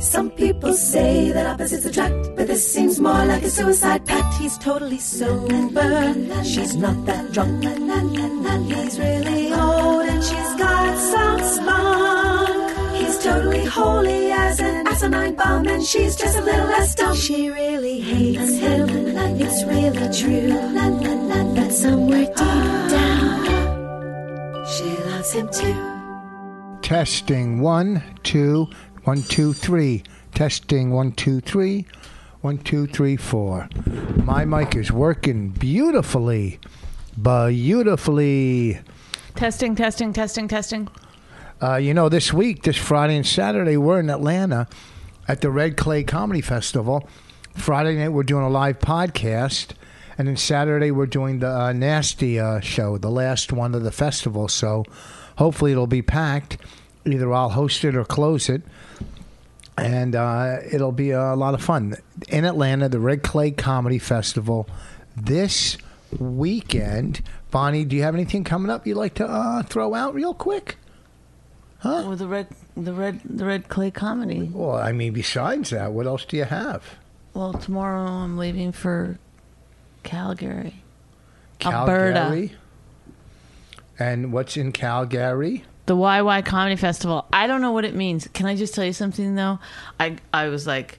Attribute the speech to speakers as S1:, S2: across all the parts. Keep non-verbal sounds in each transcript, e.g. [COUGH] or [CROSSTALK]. S1: Some people say that opposites attract, but this seems more like a suicide pact. He's totally sober, she's not that drunk. He's really old and she's got some spunk. He's totally holy as an asinine bomb, and she's just a little less dumb. She really hates him, it's really true. But somewhere deep down, she loves him too.
S2: Testing one, two, one, two, three. Testing one, two, three, one, two, three, four. My mic is working beautifully. Beautifully.
S3: Testing, testing, testing, [GASPS] testing.
S2: Uh, you know, this week, this Friday and Saturday, we're in Atlanta at the Red Clay Comedy Festival. Friday night, we're doing a live podcast. And then Saturday, we're doing the uh, Nasty uh, show, the last one of the festival. So hopefully, it'll be packed. Either I'll host it or close it. And uh, it'll be a lot of fun. In Atlanta, the Red Clay Comedy Festival this weekend. Bonnie, do you have anything coming up you'd like to uh, throw out real quick?
S3: With Oh, the red, the red, the red clay comedy.
S2: Well, I mean, besides that, what else do you have?
S3: Well, tomorrow I'm leaving for Calgary. Alberta.
S2: And what's in Calgary?
S3: The YY Comedy Festival. I don't know what it means. Can I just tell you something though? I I was like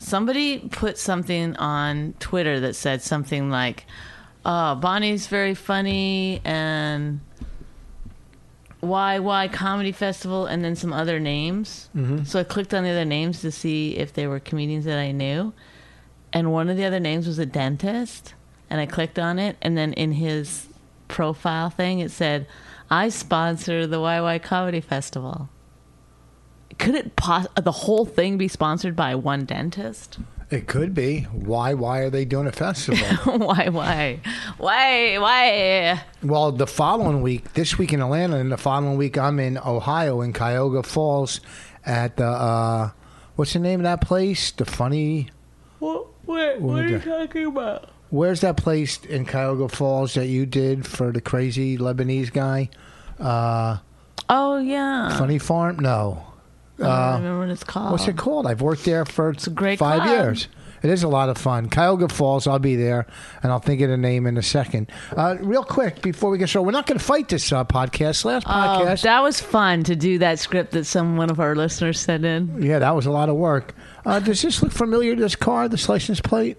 S3: somebody put something on Twitter that said something like uh, Bonnie's very funny and YY Comedy Festival and then some other names. So I clicked on the other names to see if they were comedians that I knew. And one of the other names was a dentist. And I clicked on it. And then in his profile thing, it said, I sponsor the YY Comedy Festival. Could it pos- uh, the whole thing be sponsored by one dentist? [LAUGHS]
S2: It could be. Why? Why are they doing a festival?
S3: [LAUGHS] why, why, why, why?
S2: well, the following week, this week in Atlanta, and the following week I'm in Ohio in Cuyahoga Falls at the uh, what's the name of that place? The funny.
S3: What, what, what
S2: are
S3: are
S2: you
S3: you talking about?
S2: Where's that place in Cuyahoga Falls that you did for the crazy Lebanese guy? Uh,
S3: Oh, yeah.
S2: funny Farm? No.
S3: I don't remember what it's called.
S2: What's it called? I've worked there for
S3: Um, a great
S2: five
S3: club.
S2: years. It is a lot of fun. Cuyahoga Falls, I'll be there, and I'll think of the name in a second. Uh, real quick, before we get started, we're not going to fight this uh, podcast. Last
S3: Oh,
S2: podcast,
S3: that was fun to do that script that some one of our listeners sent in.
S2: yeah, that was a lot of work. Uh, does this look familiar to this car, this license plate?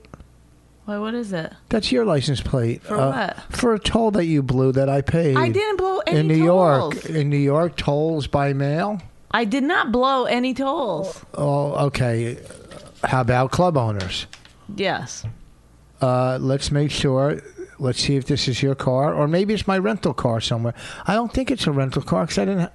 S3: Why? What is it?
S2: That's your license plate. Uh,
S3: For what?
S2: For a toll that you blew that I paid.
S3: I didn't blow any
S2: In New York.
S3: tolls.
S2: In New York, tolls by mail?
S3: I did not blow any tolls.
S2: Oh, okay. How about club owners?
S3: Yes.
S2: uh, let's make sure. Let's see if this is your car, or maybe it's my rental car somewhere. I don't think it's a rental car because I didn't. Ha-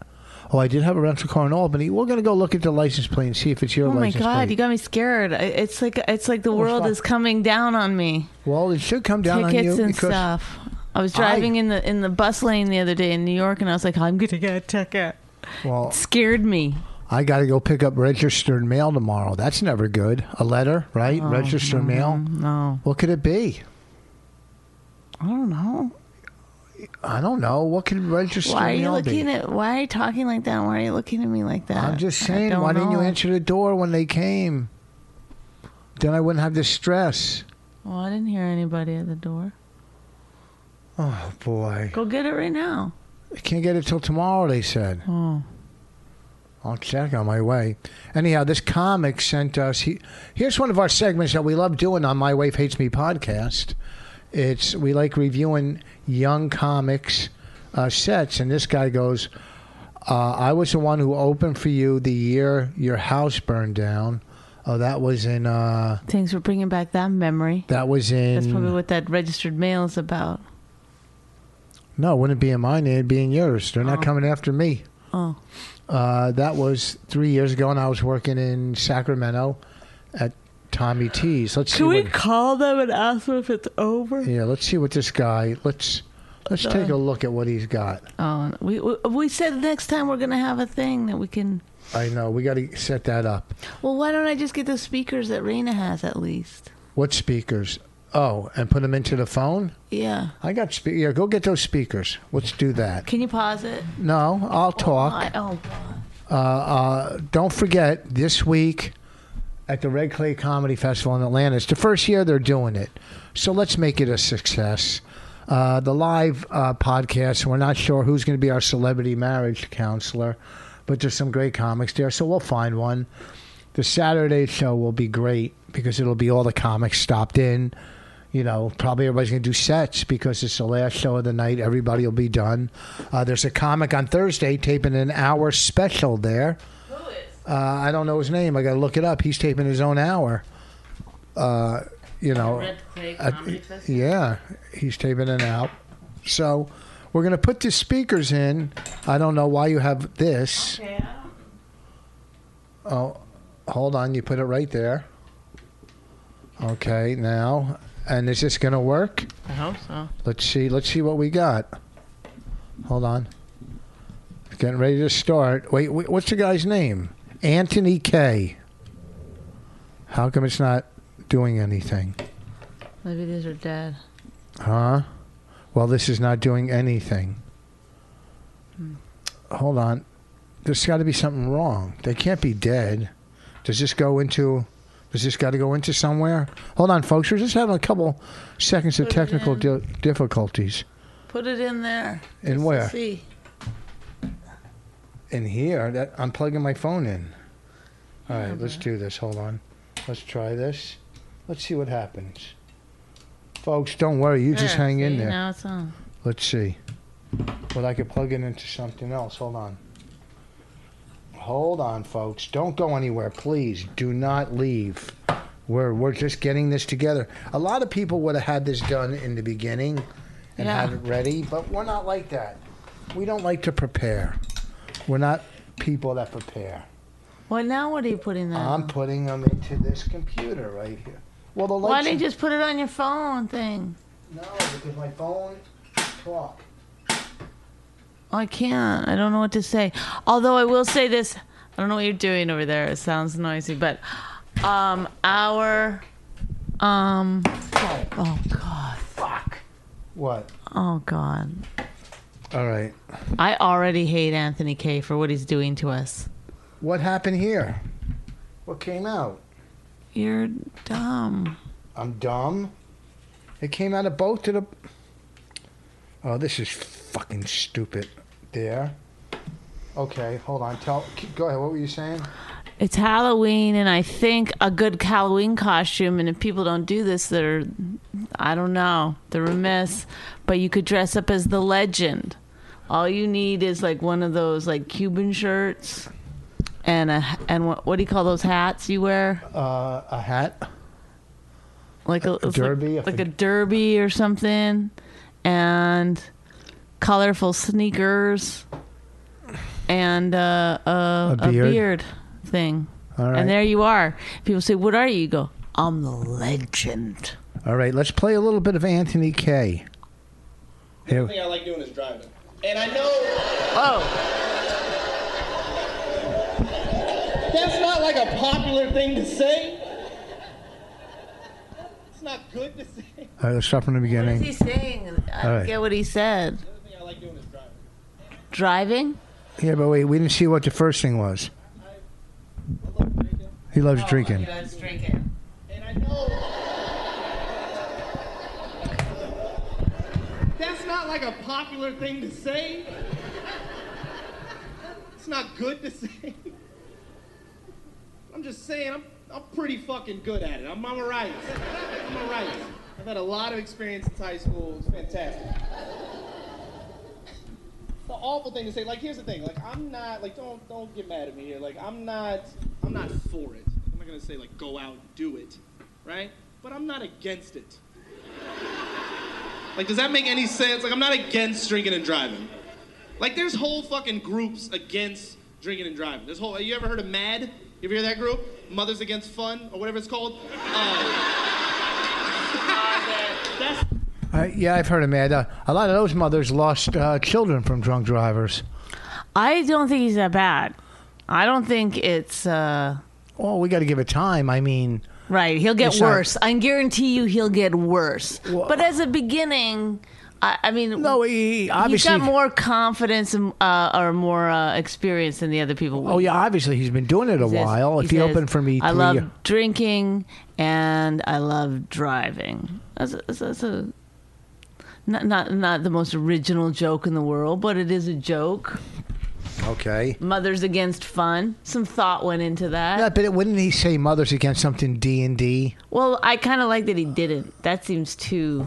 S2: oh, I did have a rental car in Albany. We're gonna go look at the license plate and see if it's your
S3: Oh my
S2: license
S3: god, you
S2: plate.
S3: got me scared. I- It's like it's like the world
S2: stop.
S3: is coming down on me.
S2: well, it should come Oh, down on
S3: Tickets
S2: you
S3: and
S2: because
S3: stuff. I was driving
S2: I-
S3: in the in the bus lane the other day in New York, and I was like, I'm gonna get a ticket.
S2: well,
S3: Scared me.
S2: I got to go pick up registered mail tomorrow. That's never good. A letter, right? registered mail.
S3: Oh, No,
S2: What could it be?
S3: I don't know.
S2: I don't know. What could registered
S3: Why are you
S2: mail
S3: looking
S2: be?
S3: at? Why are you talking like that? Why are you looking at me like that?
S2: I'm just
S3: I
S2: saying.
S3: don't
S2: Why didn't you
S3: know.
S2: answer the door when they came? Then I wouldn't have this stress.
S3: Well, I didn't hear anybody at the door.
S2: Oh boy.
S3: Go get it right now.
S2: I can't get it till tomorrow, they said.
S3: Oh.
S2: I'll check on my way. Anyhow, this comic sent us. He, here's one of our segments that we love doing on My Wife Hates Me podcast. It's we like reviewing young comics uh, sets, and this guy goes, uh, "I was the one who opened for you the year your house burned down. Oh, that was in uh,
S3: Thanks for bringing back that memory.
S2: that was in
S3: That's probably what that registered mail is about.
S2: no, it wouldn't be in mine. It'd be in yours. They're not coming after me."
S3: Oh,
S2: Uh, that was three years ago, and I was working in Sacramento at Tommy T's. Let's see. What,
S3: call them and ask them if it's over?
S2: yeah, let's see what this guy. Let's Let's take a look at what he's got.
S3: Oh, we, we we said next time we're gonna have a thing that we can.
S2: I know we got to set that up.
S3: Well, why don't I just get the speakers that Raina has at least?
S2: What speakers? Oh, and put them into the phone.
S3: Yeah.
S2: I got spe- yeah. Go get those speakers. Let's do that.
S3: Can you pause it?
S2: No, I'll talk.
S3: I, oh, God.
S2: uh, don't forget this week at the Red Clay Comedy Festival in Atlanta. It's the first year they're doing it, so let's make it a success. Uh, the live uh, podcast. We're not sure who's going to be our celebrity marriage counselor, but there's some great comics there, so we'll find one. The Saturday show will be great because it'll be all the comics stopped in. You know, probably everybody's going to do sets because it's the last show of the night. Everybody will be done. Uh, there's a comic on Thursday taping an hour special there. Uh, I don't know his name. I got to look it up. He's taping his own hour. Uh, you know, at- yeah, he's taping it out. So we're gonna put the speakers in. I don't know why you have this. Oh, hold on. You put it right there. Okay, now, and is this gonna work?
S3: I hope so.
S2: Let's see. Let's see what we got. Hold on. Getting ready to start. Wait, wait what's the guy's name? Anthony K. How come it's not doing anything?
S3: Maybe these are dead.
S2: Huh? Well, this is not doing anything.
S3: Hmm.
S2: Hold on. There's got to be something wrong. They can't be dead. Does this go into. Does this got to go into somewhere? Hold on, folks. We're just having a couple seconds of
S3: Put it
S2: technical
S3: in.
S2: di- difficulties.
S3: Put it in there.
S2: In
S3: Just to
S2: where?
S3: See.
S2: in here that I'm plugging my phone in. All right, let's
S3: Uh-huh.
S2: do this. Hold on. Let's try this. Let's see what happens. Folks, don't worry. You just
S3: There,
S2: hang in
S3: see?
S2: there.
S3: Now it's on.
S2: Let's see. But I could plug it into something else. Hold on. Hold on, folks. Don't go anywhere. Please do not leave. We're, we're just getting this together. A lot of people would have had this done in the beginning and
S3: Yeah.
S2: had it ready, but we're not like that. We don't like to prepare. We're not people that prepare.
S3: Well, now what are you putting that?
S2: I'm
S3: on?
S2: putting them into this computer right here. Well, the lights.
S3: Why didn't you just put it on your phone thing?
S2: No, because my phone talk.
S3: I can't. I don't know what to say. Although I will say this, I don't know what you're doing over there. It sounds noisy, but um, our um, oh god, fuck,
S2: What?
S3: oh god.
S2: All right.
S3: I already hate Anthony K for what he's doing to us.
S2: What happened here? What came out?
S3: You're dumb.
S2: I'm dumb. It came out of both to the. Oh, this is fucking stupid. There. Okay, hold on. Tell. keep- Go ahead. What were you saying?
S3: It's Halloween, and I think a good Halloween costume. And if people don't do this, they're, I don't know, they're remiss. But you could dress up as the legend. All you need is like one of those like Cuban shirts, and a and what, what do you call those hats you wear?
S2: Uh, a hat.
S3: Like a, it's
S2: derby,
S3: like,
S2: if
S3: like
S2: a-
S3: a derby or something, and colorful sneakers, and uh, uh,
S2: A beard.
S3: a beard thing.
S2: All right.
S3: And there you are. People say, "What are you?" You go, "I'm the legend."
S2: All right. Let's play a little bit of Anthony K. Here.
S4: thing I like doing is driving. And I know
S3: Oh,
S4: that's not like a popular thing to say. It's not good to say. The
S2: All right. Let's start from the
S3: what is
S2: beginning.
S3: he saying? I
S2: All
S3: don't
S2: right.
S3: get what he said.
S4: other thing I like doing is driving.
S3: Driving.
S2: Yeah, but wait. We didn't see what the first thing was.
S4: I love drinking.
S2: He
S3: Oh,
S2: loves drinking.
S3: Let's drink it.
S4: And I know that's not like a popular thing to say. It's not good to say. I'm just saying, I'm, I'm pretty fucking good at it. I'm, I'm alright. I'm alright. I've had a lot of experience since high school. It's fantastic. It's an awful thing to say. Like, here's the thing. Like, I'm not. Like, don't don't get mad at me here. Like, I'm not. I'm not for it. I'm not gonna say like go out and do it, right? But I'm not against it. Like, does that make any sense? Like, I'm not against drinking and driving. Like, there's whole fucking groups against drinking and driving. There's whole. You ever heard of MAD? You ever hear that group? Mothers Against Fun or whatever it's called. Uh, that's
S2: Uh, yeah, I've heard of that. Uh, a lot of those mothers lost uh, children from drunk drivers.
S3: I don't think he's that bad. I don't think it's uh,
S2: Well, Oh, we got to give it time. I mean,
S3: right. He'll get
S2: Yes, sir.
S3: worse. I guarantee you, he'll get worse. But as a beginning, I, I mean,
S2: no, he,
S3: he's
S2: obviously.
S3: got more confidence and, uh, or more uh, experience than the other people. would.
S2: oh yeah, obviously he's been doing it a
S3: says-
S2: while. If he,
S3: says,
S2: opened for me,
S3: I
S2: three
S3: love
S2: year-
S3: drinking and I love driving. That's a, that's a, that's a not, not not the most original joke in the world, but it is a joke.
S2: Okay.
S3: Mothers against fun. Some thought went into that.
S2: Yeah, but wouldn't he say mothers against something D and D?
S3: Well, I kind of like that he didn't. That seems too.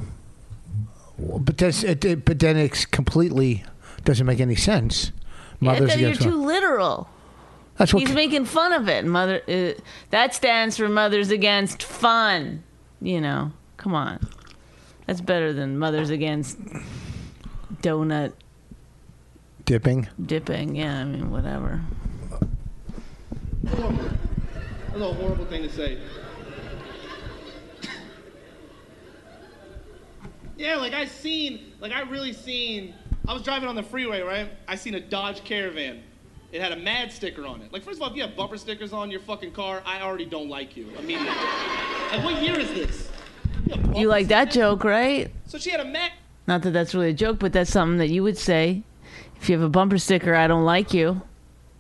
S2: But that's it, it- but then it's completely doesn't make any sense. Mothers
S3: that you're
S2: against
S3: too literal.
S2: that's what
S3: He's making fun of it. Mother, uh, that stands for mothers against fun. You know, come on, that's better than mothers against donut
S2: dipping.
S3: dipping. Yeah, I mean, whatever.
S4: Horrible. That's a horrible thing to say. yeah, like I seen, like I really seen. I was driving on the freeway, right? I seen a Dodge Caravan. It had a mad sticker on it. Like, first of all, if you have bumper stickers on your fucking car, I already don't like you immediately. like, what year is this? You,
S3: You
S4: have bumper
S3: like that
S4: stickers?
S3: joke, right?
S4: So she had a mad.
S3: Not that that's really a joke, but that's something that you would say if you have a bumper sticker. I don't like you.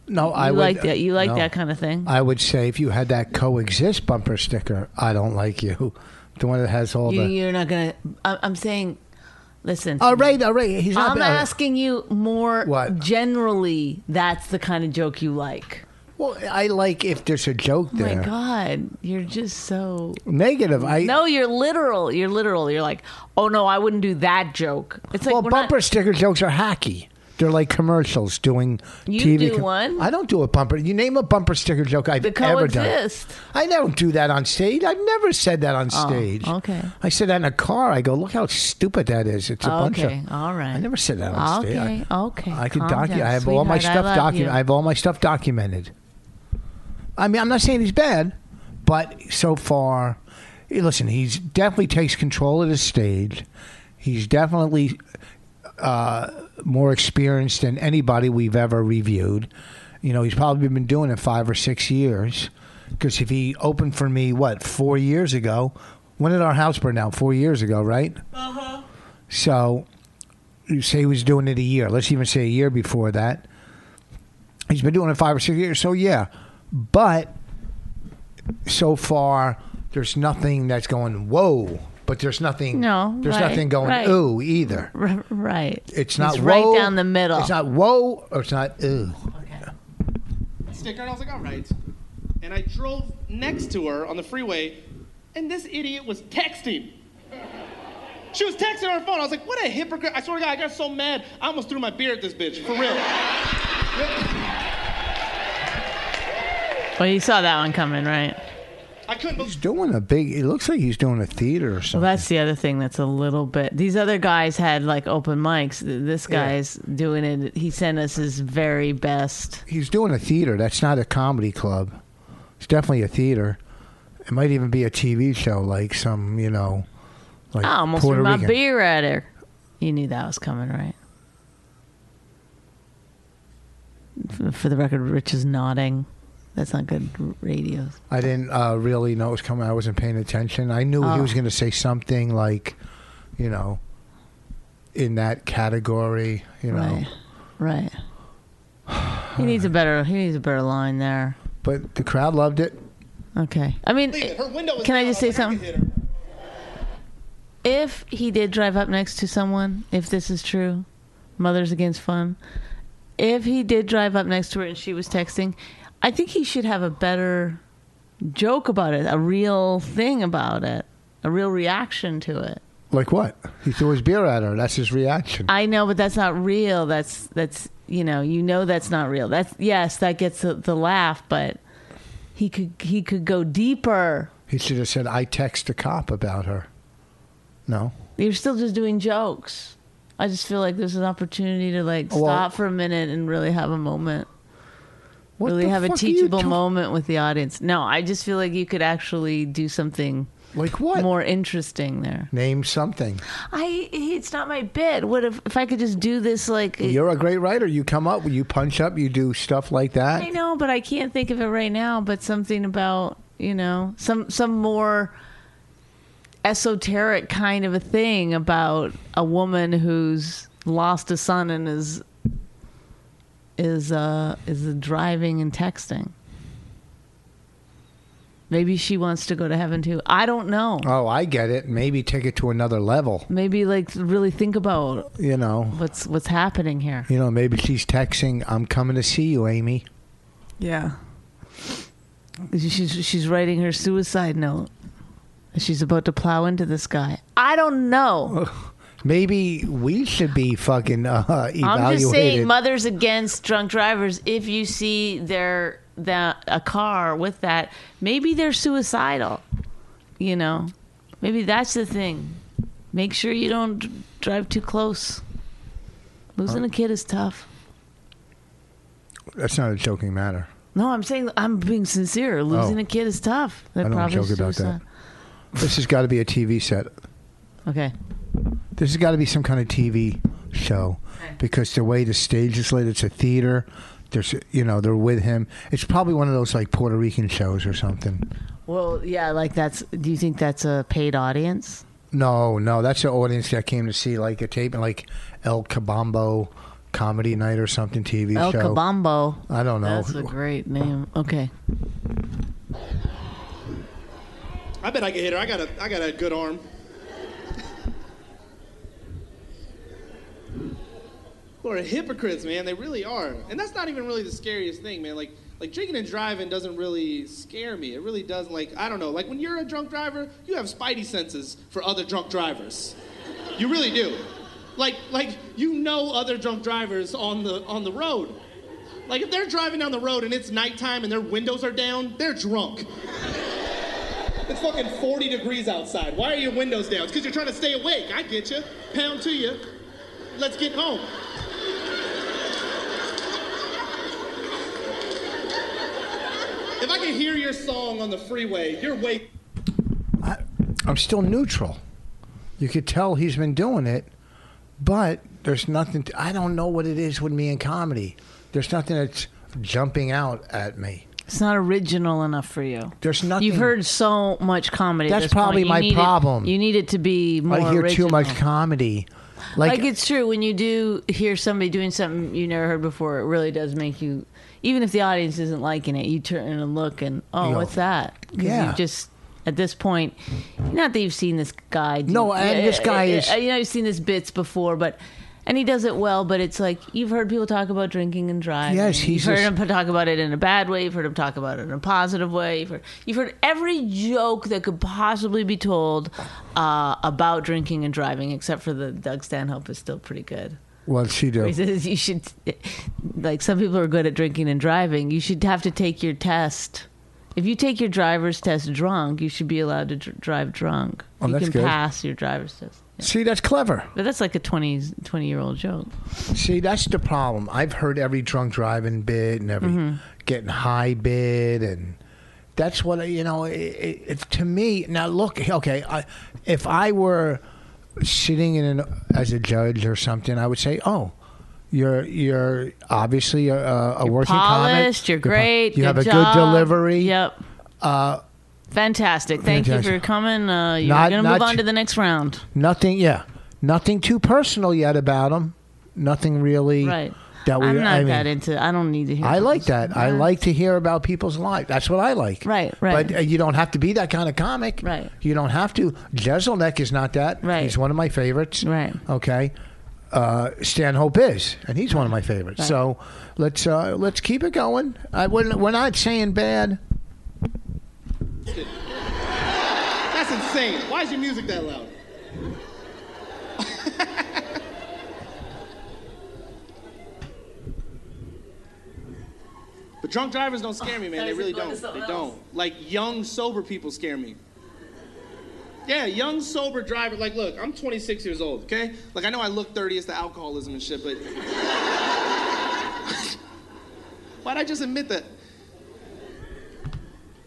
S2: No, I
S3: You
S2: would,
S3: like that. You like
S2: no.
S3: that kind of thing.
S2: I would say if you had that coexist bumper sticker, I don't like you. The one that has all
S3: You,
S2: the.
S3: you're not gonna. I, I'm saying, listen.
S2: All right, all right. He's not.
S3: I'm
S2: all right.
S3: asking you more
S2: What?
S3: generally. That's the kind of joke you like.
S2: Well, I like if there's a joke
S3: Oh
S2: there.
S3: my god, you're just so.
S2: Negative. I
S3: No, you're literal. You're literal. You're like, oh no, I wouldn't do that joke. It's like
S2: Well,
S3: we're not-
S2: bumper sticker jokes are hacky. They're like commercials doing
S3: You
S2: TV.
S3: do one?
S2: I don't do a bumper. You name a bumper sticker joke I've
S3: The
S2: ever done.
S3: coexist. Oh,
S2: I don't do that on stage. I've never said that on stage.
S3: okay.
S2: I said that in a car. I go, look how stupid that is. It's a bunch
S3: Oh, Okay,
S2: of.
S3: all right.
S2: I never said that on stage. I-
S3: Okay, okay,
S2: I can
S3: calm
S2: document.
S3: down,
S2: I have all my
S3: sweetheart, I
S2: stuff
S3: love
S2: documented.
S3: you.
S2: I have all my stuff documented. I mean, I'm not saying he's bad, but so far, eh, listen, he's definitely takes control of the stage. He's definitely uh, more experienced than anybody we've ever reviewed. You know, he's probably been doing it five or six years. Because if he opened for me, what four years ago? When did our house burn down? Four years ago, right? Uh huh. So, you say he was doing it a year. Let's even say a year before that. He's been doing it five or six years. So yeah, but so far there's nothing that's going whoa. But there's nothing.
S3: No,
S2: There's
S3: right,
S2: nothing going
S3: right.
S2: ooh either.
S3: R- [LAUGHS] right.
S2: It's not
S3: right
S2: whoa,
S3: down the middle.
S2: It's not whoa or it's not ooh.
S4: sticker, and I was like, all right. And I drove next to her on the freeway, and this idiot was texting. She was texting on her phone. I was like, what a hypocrite. I swear to God, I got so mad, I almost threw my beer at this bitch, for real.
S3: Well, Oh, you saw that one coming, right?
S4: I couldn't believe
S2: He's doing a big. It looks like he's doing a theater or something.
S3: Well, that's the other thing that's a little bit. These other guys had like open mics. Th- This guy's doing it. He sent us his very best.
S2: he's doing a theater. That's not a comedy club. It's definitely a theater. It might even be a TV show, like some you know, like
S3: I almost
S2: Puerto
S3: threw my
S2: Rican.
S3: beer at her. You knew that was coming, right? F- For the record, Rich is nodding. That's not good r- radio.
S2: I didn't uh, really know it was coming. I wasn't paying attention. I knew he
S3: Oh.
S2: was going to say something like, you know, in that category. You know,
S3: Right. Right. He needs a better. He needs a better line there.
S2: but the crowd loved it.
S3: Okay. I mean,
S4: it. Her window was
S3: can I
S4: down.
S3: just
S4: was
S3: say
S4: like, I could
S3: something?
S4: hit her.
S3: if he did drive up next to someone, if this is true, Mothers Against Fun, if he did drive up next to her and she was texting, I think he should have a better joke about it, a real thing about it, a real reaction to it.
S2: Like what? He threw his beer at her. That's his reaction.
S3: I know, but that's not real. That's that's you know, you know that's not real. That's yes, that gets the, the laugh, but he could he could go deeper.
S2: he should have said, "I text a cop about her." No.
S3: You're still just doing jokes. I just feel like there's an opportunity to like
S2: Oh, Well-
S3: stop for a minute and really have a moment.
S2: What
S3: really
S2: the
S3: have a
S2: fuck are you
S3: teachable
S2: ta-
S3: moment with the audience. No, I just feel like you could actually do something
S2: Like what?
S3: more interesting there.
S2: Name something.
S3: I it's not my bit. What if if I could just do this like
S2: You're a great writer. You come up, you punch up, you do stuff like that.
S3: I know, but I can't think of it right now. But something about you know some some more esoteric kind of a thing about a woman who's lost a son and is is uh is driving and texting. Maybe she wants to go to heaven too. I don't know.
S2: Oh, I get it. Maybe take it to another level.
S3: Maybe like really think about
S2: You know,
S3: what's what's happening here.
S2: you know. Maybe she's texting, "I'm coming to see you, Amy."
S3: Yeah. She's she's writing her suicide note. She's about to plow into this guy. I don't know.
S2: Maybe we should be fucking uh, evaluated.
S3: I'm just saying, mothers against drunk drivers. If you see their that a car with that, maybe they're suicidal. You know, maybe that's the thing. Make sure you don't d- drive too close. Losing a kid is tough.
S2: That's not a joking matter.
S3: No, I'm saying I'm being sincere. Losing
S2: Oh.
S3: a kid is tough.
S2: I don't joke about that. This has got to be a TV set.
S3: Okay.
S2: This has got to be some kind of TV show because the way the stage is laid, it's a theater. There's, you know, they're with him. It's probably one of those like Puerto Rican shows or something.
S3: Well, yeah, like that's. Do you think that's a paid audience?
S2: No, no, that's the audience that came to see like a tape, like El Cabambo comedy night or something TV
S3: El
S2: show.
S3: Cabambo.
S2: I don't know.
S3: That's a great name. Okay.
S4: I bet I can hit her. I got a, I got a good arm. Who are hypocrites, man. They really are. And that's not even really the scariest thing, man. Like, like drinking and driving doesn't really scare me. It really doesn't. Like, I don't know. Like when you're a drunk driver, you have spidey senses for other drunk drivers. You really do. Like, like you know other drunk drivers on the on the road. Like if they're driving down the road and it's nighttime and their windows are down, they're drunk. It's fucking 40 degrees outside. Why are your windows down? It's because you're trying to stay awake. I get you. Pound to you. Let's get home. If I can hear your song on the freeway, you're wake.
S2: I, I'm still neutral. You could tell he's been doing it, but there's nothing. To, I don't know what it is with me in comedy. There's nothing that's jumping out at me.
S3: It's not original enough for you.
S2: There's nothing.
S3: You've heard so much comedy. at
S2: That's
S3: this point.
S2: probably
S3: You
S2: my
S3: need it-
S2: problem.
S3: you need it to be more.
S2: I hear
S3: original.
S2: too much comedy. Like,
S3: Like, it's true when you do hear somebody doing something you never heard before. It really does make you, even if the audience isn't liking it, you turn and look and oh,
S2: You go,
S3: what's that? 'Cause
S2: yeah.
S3: you just at this point, not that you've seen this guy. Do, eh,
S2: No, and this guy is-
S3: You know, you've seen this bits before, but. And he does it well, but it's like you've heard people talk about drinking and driving.
S2: Yes,
S3: You've
S2: he's
S3: heard
S2: just-
S3: him p- talk about it in a bad way. You've heard him talk about it in a positive way. You've heard, you've heard every joke that could possibly be told uh, about drinking and driving, except for the Doug Stanhope is still pretty good.
S2: what'd she do?
S3: He says you should, like some people are good at drinking and driving. You should have to take your test. If you take your driver's test drunk, you should be allowed to dr- drive drunk.
S2: Oh,
S3: you
S2: that's
S3: can
S2: good.
S3: pass your driver's test.
S2: See, that's clever.
S3: But that's like a 20, 20 year old joke.
S2: See, that's the problem. I've heard every drunk driving bit and every
S3: Mm-hmm.
S2: getting high bit, and that's what I- you know. It, it, it, to me, now look, okay, I, if I were sitting in an, as a judge or something, I would say, oh. You're you're obviously a, a working comic.
S3: Polished, you're
S2: pol-
S3: great.
S2: You have a
S3: job.
S2: good delivery. Uh,
S3: Yep. fantastic. Thank
S2: fantastic.
S3: you for coming. Uh, you're
S2: Not-
S3: going to
S2: not
S3: move on
S2: ch-
S3: to the next round.
S2: Nothing. Yeah. Nothing too personal yet about him. Nothing really.
S3: Right.
S2: Mm. That we.
S3: I'm not
S2: I mean,
S3: that into I don't need to hear
S2: I like
S3: those.
S2: that. I
S3: Yeah.
S2: like to hear about people's lives. That's what I like.
S3: Right, right.
S2: But uh, you don't have to be that kind of comic.
S3: Right.
S2: You don't have to. Jezelnik is not that.
S3: Right.
S2: He's one of my favorites.
S3: Right.
S2: Okay. Uh, Stanhope is, and he's one of my favorites.
S3: Right.
S2: So let's uh, let's keep it going. I, we're, we're not saying bad.
S4: That's insane. Why is your music that loud? [LAUGHS] but drunk drivers don't scare me, man. They
S3: is it
S4: really
S3: going
S4: don't.
S3: to something
S4: They
S3: else?
S4: don't. Like young sober people scare me. Yeah, young sober driver. Like, look, I'm 26 years old. Okay, like I know I look 30 as to alcoholism and shit, but [LAUGHS] why'd I just admit that?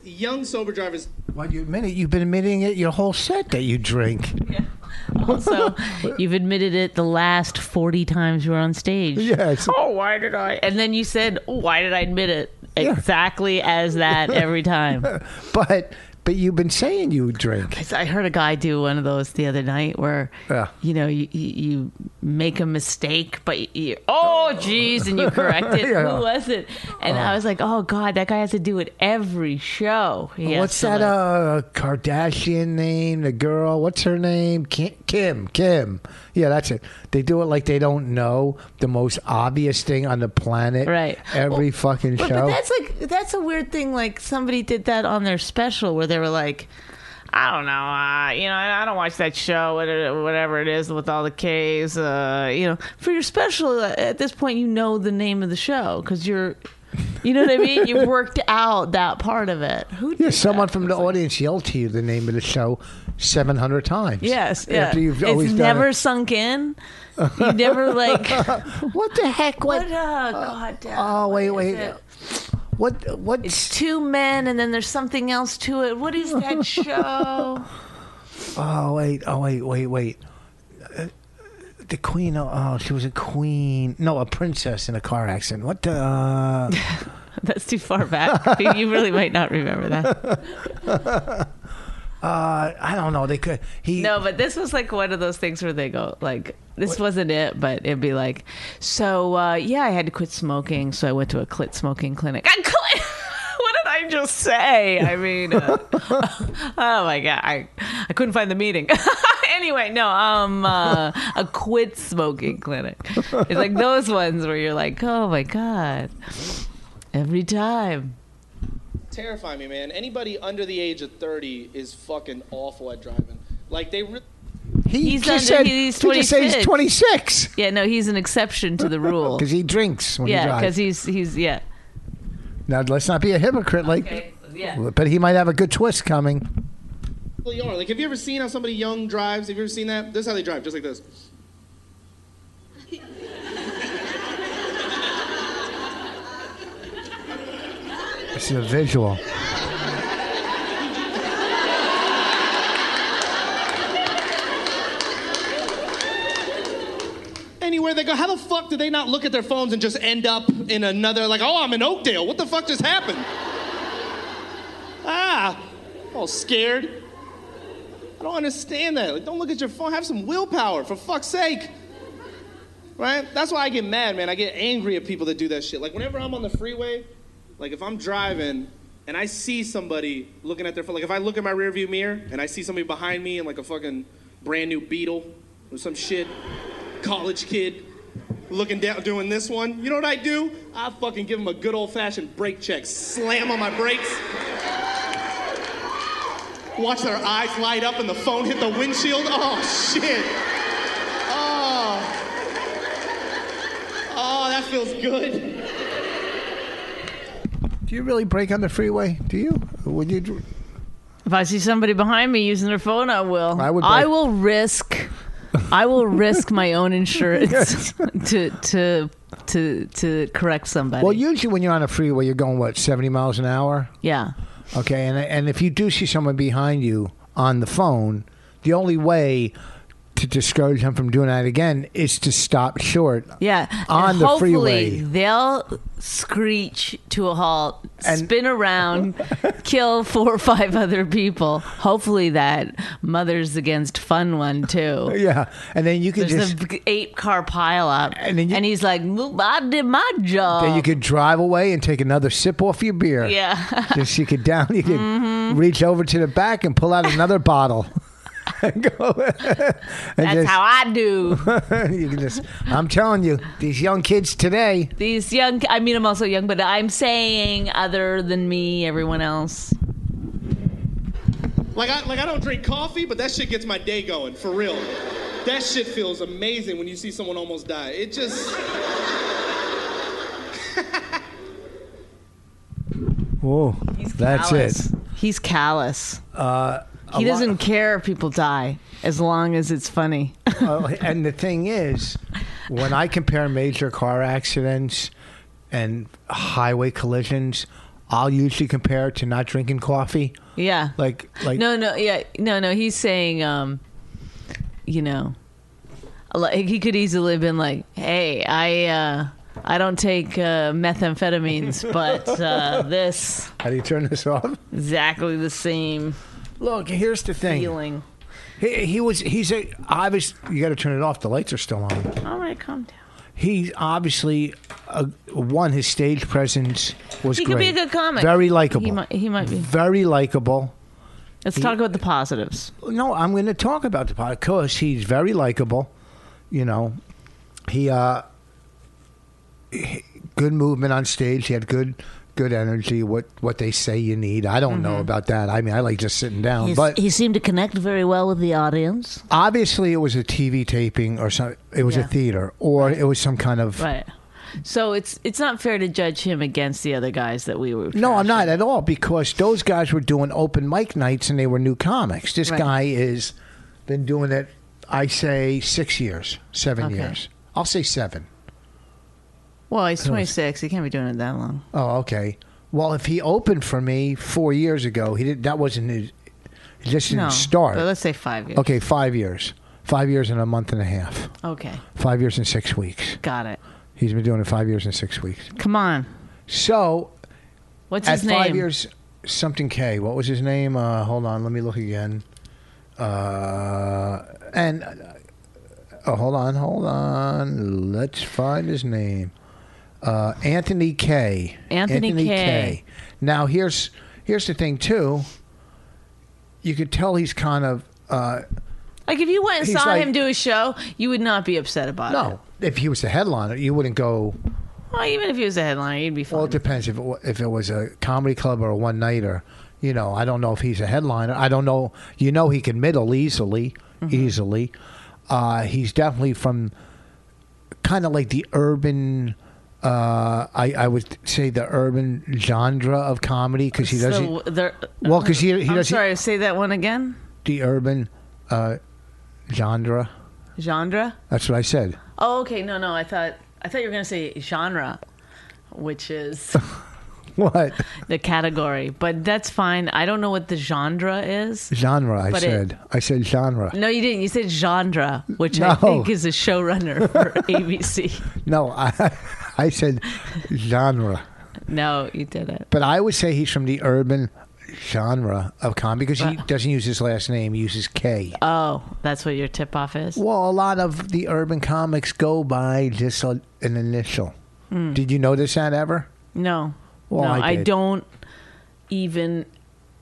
S4: young sober drivers.
S2: Well, you admit it. You've been admitting it your whole set that you drink. [LAUGHS]
S3: Also, you've admitted it the last 40 times you were on stage.
S2: Yes.
S3: Oh, why did I? And then you said, oh, why did I admit it?
S2: Yeah.
S3: Exactly as that every
S2: [LAUGHS]
S3: time.
S2: But but you've been saying you drink.
S3: I heard a guy do one of those the other night where,
S2: Yeah.
S3: you know, you, you you make a mistake, but you, you- oh, geez, and you correct it.
S2: [LAUGHS] Yeah. Uh-huh.
S3: Who was it? And I was like, oh, God, that guy has to do it every show. He has
S2: What's
S3: to,
S2: that
S3: like-
S2: uh, Kardashian name? The girl, what's her name? Ki- Kim. Kim. Yeah, that's it. They do it like they don't know the most obvious thing on the planet.
S3: Right.
S2: Every
S3: Well,
S2: fucking
S3: But,
S2: show.
S3: but that's like that's a weird thing. Like somebody did that on their special where they were like, I don't know, uh, you know, I I don't watch that show, whatever whatever it is with all the K's, uh, you know. For your special, uh, at this point, you know the name of the show because you're, you know what
S2: [LAUGHS]
S3: I mean. You've worked out that part of it. Who? Did
S2: yeah, someone
S3: that?
S2: from the audience yelled to you the name of the show 700 times.
S3: Yes, yeah.
S2: After you've always
S3: It's
S2: done
S3: never
S2: it.
S3: sunk
S2: [LAUGHS]
S3: in. You never like
S2: What the heck?
S3: what?
S2: What?
S3: Uh, God damn.
S2: oh, wait,
S3: what is
S2: wait.
S3: it?
S2: What? What?
S3: It's two men, and then there's something else to it. What
S2: [LAUGHS]
S3: is that show?
S2: Oh wait! Oh wait! Wait! Wait! Uh, the queen. Oh, oh, she was a queen. No, a princess in a car accident. What the? Uh,
S3: [LAUGHS] That's too far back. you really might not remember that.
S2: uh, I don't know. They could. He.
S3: No, but this was like one of those things where they go like, "This wasn't it," but it'd be like, "So uh, yeah, I had to quit smoking, so I went to a clit smoking clinic." I clit. [LAUGHS] what did I just say? I mean, uh, [LAUGHS] oh my god, I I couldn't find the meeting. [LAUGHS] anyway, no, um, uh, a quit smoking clinic. It's like those ones where you're like, "Oh my god," every time.
S4: terrify me, man. Anybody under the age of 30 is fucking awful at driving. Like they re-
S2: He
S3: he's
S2: just
S3: under-
S2: said.
S3: he's
S2: he just said he's
S3: 26.
S2: twenty six
S3: Yeah, no, he's an exception to the rule.
S2: because he drinks when
S3: Yeah,
S2: he
S3: because
S2: drives.
S3: he's he's yeah.
S2: now let's not be a hypocrite. Like,
S3: yeah.
S2: but he might have a good twist coming.
S4: really are. Like, have you ever seen how somebody young drives? Have you ever seen that? This is how they drive, just like this.
S2: This is a visual.
S4: Anywhere they go, how the fuck did they not look at their phones and just end up in another? Like, oh, I'm in Oakdale. What the fuck just happened? Ah, all scared. I don't understand that. Like, don't look at your phone. Have some willpower, for fuck's sake. Right? That's why I get mad, man. I get angry at people that do that shit. Like, whenever I'm on the freeway, like, if I'm driving and I see somebody looking at their phone, like, if I look in my rearview mirror and I see somebody behind me in, like, a fucking brand new Beetle or some shit, college kid, looking down, doing this one, you know what I do? I fucking give him a good old fashioned brake check, slam on my brakes. Watch their eyes light up and the phone hit the windshield. Oh, shit. Oh. Oh, that feels good.
S2: Do you really break on the freeway? Do you? Would you? dr-
S3: If I see somebody behind me using their phone, I will.
S2: I would
S3: I
S2: break-
S3: will risk. I will risk my
S2: [LAUGHS]
S3: own insurance [LAUGHS] to to to to correct somebody.
S2: Well, usually when you're on a freeway, you're going what seventy miles an hour.
S3: yeah.
S2: Okay, and and if you do see someone behind you on the phone, the only way to discourage them from doing that again is to stop short.
S3: Yeah,
S2: On
S3: and
S2: the
S3: hopefully
S2: freeway.
S3: they'll screech to a halt,
S2: And-
S3: spin
S2: [LAUGHS]
S3: around, kill four or five other people. Hopefully that mothers against fun one too.
S2: Yeah, and then you could
S3: There's
S2: just
S3: a big eight car pileup,
S2: And
S3: and,
S2: then you-
S3: he's like, "Well, "I did my job."
S2: then you could drive away and take another sip off your beer. [LAUGHS]
S3: Um, yeah, [LAUGHS] Mm-hmm.
S2: just you could down, you could reach over to the back and pull out another bottle. [LAUGHS] and go, [LAUGHS] and
S3: that's
S2: just,
S3: how I do. [LAUGHS]
S2: [LAUGHS] you can just. I'm telling you, these young kids today.
S3: These young, I mean, I'm also young, but I'm saying other than me, everyone else.
S4: Like I like I don't drink coffee, but that shit gets my day going, for real. That shit feels amazing when you see someone almost die. It just
S2: Whoa, that's
S3: callous.
S2: it.
S3: He's callous.
S2: Uh, A
S3: he
S2: lot-
S3: doesn't care if people die as long as it's funny. [LAUGHS]
S2: Oh, and the thing is, when I compare major car accidents and highway collisions, I'll usually compare it to not drinking coffee.
S3: Yeah.
S2: Like, like
S3: no, no, yeah, no, no. He's saying, um, you know, like he could easily have been like, "Hey, I, uh, I don't take uh, methamphetamines, [LAUGHS] but uh, this
S2: how do you turn this off?
S3: exactly the same
S2: Look, here's the thing.
S3: feeling."
S2: He, he was, he's a, obvious, you got to turn it off. The lights are still on.
S3: All right, calm down.
S2: He obviously uh, one his stage presence was
S3: He
S2: great.
S3: could be a good comic.
S2: Very likable.
S3: He might, he might be.
S2: Very likable.
S3: Let's talk about the positives.
S2: No, I'm going to talk about the podcast because he's very likable. You know, he uh, he- good movement on stage. He had good good energy. What what they say you need. I don't
S3: Mm-hmm.
S2: know about that. I mean, I like just sitting down, Uh, but
S3: he seemed to connect very well with the audience.
S2: obviously it was a TV taping or something. It was
S3: Yeah.
S2: a theater or it was some kind of.
S3: Right. So it's it's not fair to judge him against the other guys that we were.
S2: No, I'm not at all because those guys were doing open mic nights and they were new comics. This
S3: Right.
S2: guy is been doing it. I say six years, seven
S3: Okay.
S2: years. I'll say seven.
S3: Well, he's 26. He can't be doing it that long.
S2: Oh, okay. Well, if he opened for me four years ago, he did. That wasn't his. He just didn't
S3: no.
S2: start.
S3: But let's say five years.
S2: okay, five years, five years and a month and a half,
S3: Okay.
S2: five years and six weeks.
S3: Got it.
S2: He's been doing it five years and six weeks.
S3: Come on.
S2: So
S3: What's
S2: at
S3: his name?
S2: five years, something K. What was his name? Uh, hold on, let me look again. Uh, and uh, oh, hold on, hold on. Let's find his name. Uh, Anthony K.
S3: Anthony K.
S2: Now here's here's the thing too. You could tell he's kind of uh,
S3: Like if you went and
S2: He's
S3: saw
S2: like-
S3: him do a show, you would not be upset about it.
S2: no. If he was the headliner, you wouldn't go.
S3: Well, even if he was a headliner, you'd be fine.
S2: Well, it depends if it, wa- if it was a comedy club or a one nighter. You know, I don't know if he's a headliner. I don't know. You know, he can middle easily,
S3: Mm-hmm.
S2: easily. Uh, he's definitely from kind of like the urban. Uh, I I would say the urban genre of comedy because he doesn't
S3: So there-
S2: Well, 'cause he- he
S3: I'm
S2: doesn't-
S3: sorry. Say that one again.
S2: the urban uh, genre.
S3: Genre.
S2: That's what I said. [LAUGHS]
S3: Oh, okay. No, no. I thought I thought you were gonna say genre,
S2: [LAUGHS]
S3: which is
S2: What
S3: the category. But that's fine. I don't know what the genre is.
S2: genre? I
S3: But it-
S2: said. I said genre.
S3: No, you didn't. You said genre, which I
S2: No.
S3: think is a showrunner
S2: [LAUGHS]
S3: for ABC.
S2: No, [LAUGHS] I I said genre.
S3: No, you didn't.
S2: But I would say he's from the urban genre of comedy because he doesn't use his last name; he uses K.
S3: Oh, that's what your tip off is.
S2: well, a lot of the urban comics go by just a, an initial.
S3: Hmm.
S2: Did you notice that ever?
S3: No.
S2: Well,
S3: no,
S2: I
S3: I
S2: did.
S3: don't even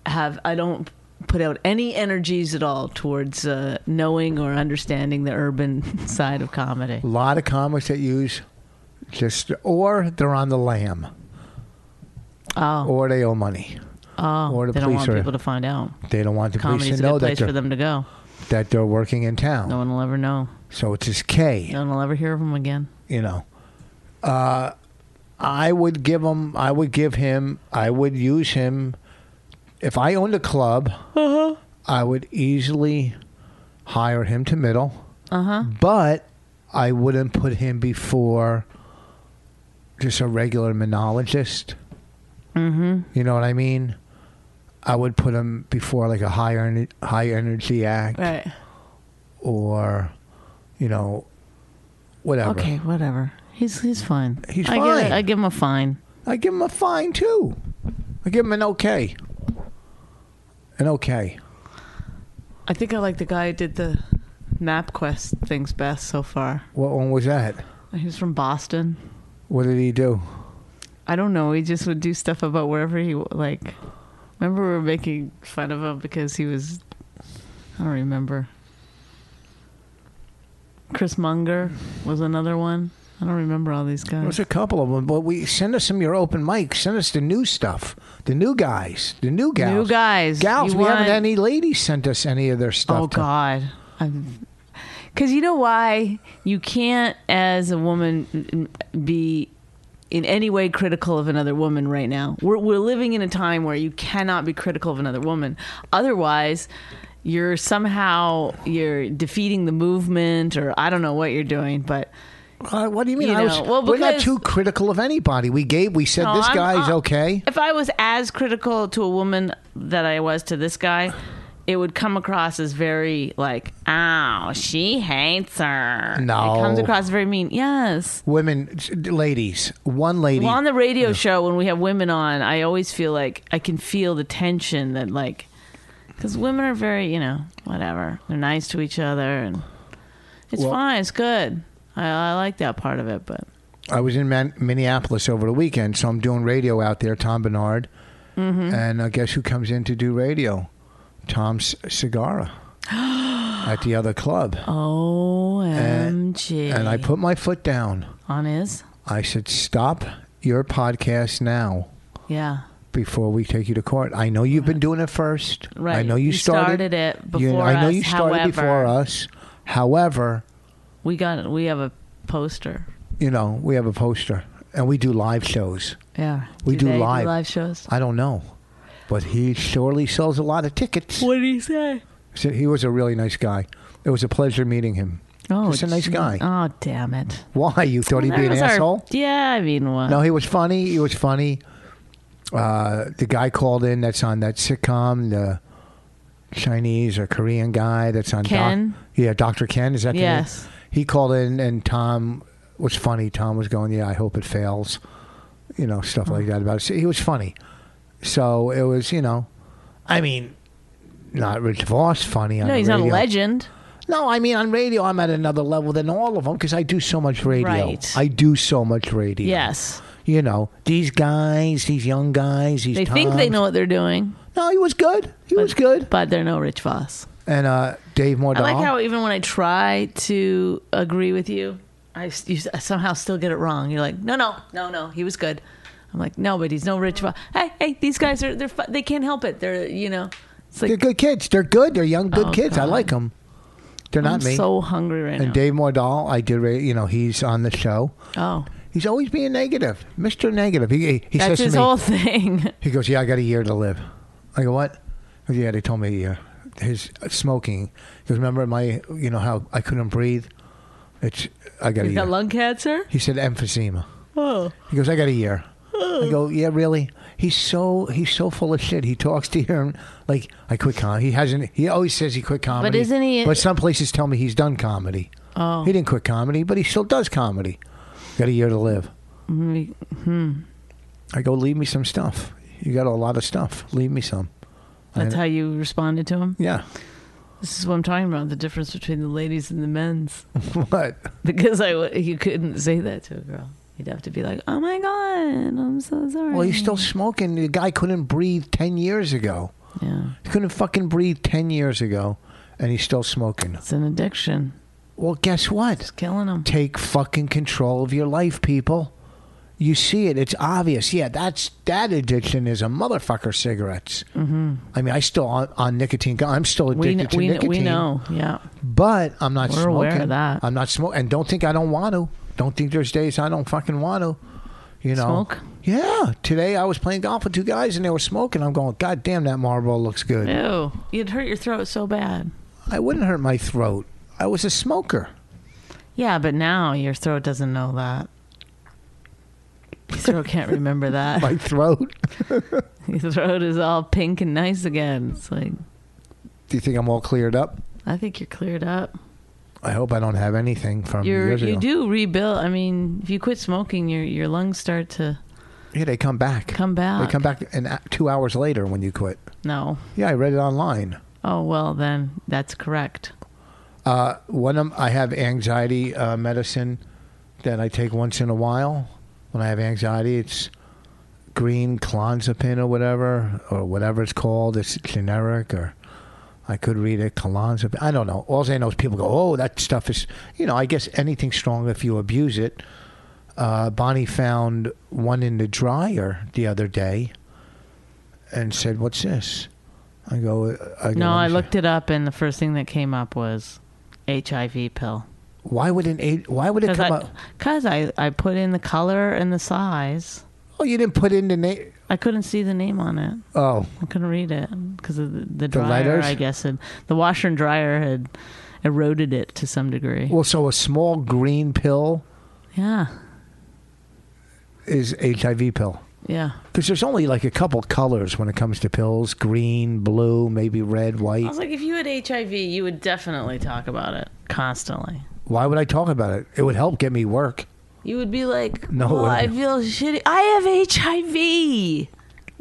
S3: have, I don't put out any energies at all towards uh, knowing or understanding the urban [LAUGHS] side of comedy.
S2: A lot of comics that use just, or they're on the lam,
S3: Oh,
S2: or they owe money.
S3: oh
S2: or the
S3: they don't
S2: police
S3: want
S2: are-
S3: people to find out.
S2: They don't want the police
S3: Comedy's
S2: to
S3: a good
S2: know that
S3: place for
S2: they're,
S3: them to go.
S2: that they're working in town.
S3: No one will ever know.
S2: So it's his K.
S3: No one will ever hear of them again.
S2: you know. Uh, I would give him. I would give him. I would use him. If I owned a club, I would easily hire him to middle. Uh-huh. But I wouldn't put him before just a regular monologist. Mm-hmm. You know what I mean? I would put him before like a high, ener- high energy act
S3: Right.
S2: or, you know, whatever.
S3: Okay, whatever. He's he's fine.
S2: He's
S3: I Give
S2: fine.
S3: it, I give him a fine.
S2: I give him a fine too. I give him an okay. An okay.
S3: I think I like the guy who did the MapQuest things best so far.
S2: What one was that?
S3: He was from Boston.
S2: What did he do?
S3: I don't know. He just would do stuff about wherever he like. Remember, we were making fun of him because he was. I don't remember. Chris Munger was another one. I don't remember all these guys.
S2: There's a couple of them, but we send us some of your open mic. Send us the new stuff, the new guys, the new gals,
S3: New guys.
S2: gals.
S3: You
S2: we haven't
S3: want-
S2: had any ladies sent us any of their stuff.
S3: Oh
S2: to-
S3: God, because you know why you can't, as a woman, be in any way critical of another woman right now. We're we're living in a time where you cannot be critical of another woman. Otherwise, you're somehow you're defeating the movement, or I don't know what you're doing, but
S2: Uh, what do you mean?
S3: You
S2: I was,
S3: know, well,
S2: we're not
S3: because-
S2: too critical of anybody. We gave, we said
S3: No,
S2: this
S3: I'm-
S2: guy's
S3: I-
S2: okay.
S3: uh, If I was as critical to a woman that I was to this guy, it would come across as very like, "Oh, she hates her."
S2: No.
S3: it comes across very mean. Yes.
S2: Women, ladies, one lady.
S3: Well, on the radio show when we have women on, I always feel like I can feel the tension that like, because women are very, you know, whatever. They're nice to each other, and it's
S2: Well-
S3: fine. It's good. I, I like that part of it, but
S2: I was in Man- Minneapolis over the weekend, so I'm doing radio out there. Tom Bernard,
S3: Mm-hmm.
S2: and uh, guess who comes in to do radio? Tom S-
S3: [GASPS]
S2: Segura at the other club,
S3: OMG.
S2: and I put my foot down.
S3: on his,
S2: I said, "Stop your podcast now."
S3: yeah.
S2: Before we take you to court, I know you've been doing it first. I
S3: Right.
S2: know you
S3: You
S2: started,
S3: started it
S2: You- I know
S3: before
S2: you
S3: us,
S2: started
S3: however.
S2: before us. However,
S3: We got we have a poster.
S2: you know we have a poster, and we do live shows.
S3: Yeah.
S2: We do
S3: they
S2: live.
S3: live shows.
S2: I don't know, but he surely sells a lot of tickets.
S3: What did he say?
S2: So he was a really nice guy. It was a pleasure meeting him.
S3: Oh,
S2: Just a nice
S3: gee.
S2: guy.
S3: Oh, damn it.
S2: Why you thought he'd be an
S3: That was our-
S2: asshole?
S3: Yeah, I mean, what?
S2: No, he was funny. He was funny. Uh, the guy called in that's on that sitcom, the Chinese or Korean guy that's on
S3: Ken?
S2: Doc, yeah, Doctor Ken. Is that the name?
S3: Yes.
S2: He called in and Tom was funny. Tom was going, yeah, I hope it fails. You know, stuff like that about it. So he was funny. So it was, you know, I mean, not Rich Voss funny. On
S3: no,
S2: the
S3: he's not a
S2: radio.
S3: legend.
S2: No, I mean on radio, I'm at another level than all of them because I do so much radio.
S3: Right.
S2: I do so much radio.
S3: Yes.
S2: You know these guys, these young guys, these.
S3: They think they
S2: Toms.
S3: know what they're doing.
S2: No, he was good. He was good.
S3: But they're no Rich Voss.
S2: And uh, Dave Mordaunt.
S3: I like how even when I try to agree with you, I s- you s- somehow still get it wrong. You're like, no, no, no, no, he was good. I'm like, no, but he's no Rich Voss. Hey, hey, these guys are they're fu- they can't help it. They're you know, it's like
S2: they're good kids. They're good. They're young, good
S3: Oh,
S2: kids. I
S3: God.
S2: like them. They're not
S3: I'm
S2: me.
S3: so hungry right
S2: and
S3: now.
S2: Dave Mordaunt, I did. ra- You know, he's on the show.
S3: oh,
S2: He's always being negative, Mister Negative. He he says
S3: that's his
S2: to me, [LAUGHS]
S3: whole thing.
S2: He goes, Yeah, I got a year to live. I go, What? He goes, yeah, they told me a year. His uh, smoking. He goes, Remember my, you know, how I couldn't breathe? It's, I got a
S3: He's
S2: year.
S3: got lung cancer.
S2: he said emphysema.
S3: Oh,
S2: He goes, I got a year. I go, Yeah, really? He's so, he's so full of shit. He talks to you and, like, I quit comedy. He hasn't, he always says he quit comedy.
S3: isn't he-
S2: But some places tell me he's done comedy.
S3: Oh.
S2: He didn't quit comedy, but he still does comedy. Got a year to live.
S3: Mm,
S2: I go, Leave me some stuff. You got a lot of stuff. Leave me some.
S3: that's
S2: I-
S3: how you responded to him.
S2: Yeah. [LAUGHS]
S3: This is what I'm talking about—the difference between the ladies and the men's. [LAUGHS]
S2: What?
S3: Because I, w- you couldn't say that to a girl. You'd have to be like, "Oh my god, I'm so sorry."
S2: Well, he's still smoking. The guy couldn't breathe 10 years ago.
S3: Yeah,
S2: He couldn't fucking breathe 10 years ago, and he's still smoking.
S3: it's an addiction.
S2: Well, guess what?
S3: It's killing him.
S2: Take fucking control of your life, people. You see it. It's obvious. Yeah, that's that addiction is a motherfucker. Cigarettes. Mm-hmm. I mean, I still on, on nicotine. I'm still
S3: We
S2: addicted
S3: know,
S2: to
S3: we, kn-
S2: nicotine.
S3: we know. Yeah,
S2: but I'm not
S3: We're
S2: smoking.
S3: aware of that.
S2: I'm not smoking, and don't think I don't want to. Don't think there's days I don't fucking want to. You know,
S3: Smoke?
S2: Yeah, today I was playing golf with two guys and they were smoking. I'm going, God damn, that Marlboro looks good.
S3: ew, you'd hurt your throat so bad.
S2: I wouldn't hurt my throat. I was a smoker.
S3: Yeah, but now your throat doesn't know that. Your throat can't
S2: [LAUGHS]
S3: remember that.
S2: My throat.
S3: Your throat is all pink and nice again. It's like
S2: Do you think I'm all cleared up?
S3: I think you're cleared up.
S2: I hope I don't have anything from
S3: You're
S2: years
S3: you
S2: ago.
S3: do rebuild. I mean, if you quit smoking, your your lungs start to
S2: Yeah, they come back.
S3: Come back.
S2: They come back in a- two hours later when you quit.
S3: no.
S2: Yeah, I read it online.
S3: Oh well, then that's correct.
S2: one of 'em- I have anxiety uh, medicine that I take once in a while when I have anxiety. It's green clonazepam or whatever or whatever it's called. It's generic or I could read it clonazepam. I don't know. All I know is people go, "Oh, that stuff is," you know. I guess anything strong if you abuse it. Uh, Bonnie found one in the dryer the other day and said, "What's this?" I go, uh, I go
S3: No,
S2: "Let
S3: I
S2: me see."
S3: looked it up, and the first thing that came up was HIV pill.
S2: Why would an eight? Why would it
S3: Because
S2: come
S3: I,
S2: up?
S3: 'cause I, I put in the color and the size.
S2: Oh, you didn't put in the name.
S3: I couldn't see the name on it.
S2: Oh,
S3: I couldn't read it because of the, the dryer.
S2: letters?
S3: I guess and the washer and dryer had eroded it to some degree.
S2: well, so a small green pill
S3: Yeah.
S2: is HIV pill.
S3: Yeah.
S2: Because there's only like a couple colors when it comes to pills green, blue, maybe red,
S3: I
S2: white.
S3: was like, if you had HIV, you would definitely talk about it constantly.
S2: Why would I talk about it? It would help get me work.
S3: You would be like,
S2: No
S3: no,
S2: way.
S3: I feel shitty. I have HIV.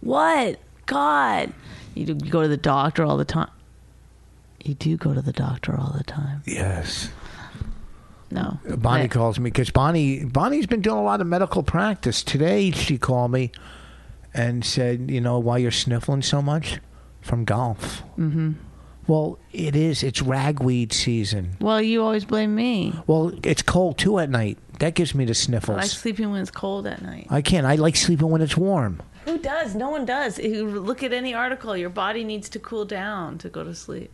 S3: What? God. You do you go to the doctor all the time. You do go to the doctor all the time.
S2: Yes.
S3: No.
S2: Uh, Bonnie
S3: I-
S2: calls me because Bonnie Bonnie's been doing a lot of medical practice. Today she called me and said, you know, why you're sniffling so much from golf. Mm-hmm. Well, it is. It's ragweed season.
S3: Well, you always blame me.
S2: Well, it's cold too at night. That gives me the
S3: I like
S2: sniffles.
S3: sleeping when it's cold at night.
S2: I can't. I like sleeping when it's warm.
S3: Who does? No one does. If you Look at any article. Your body needs to cool down to go to sleep.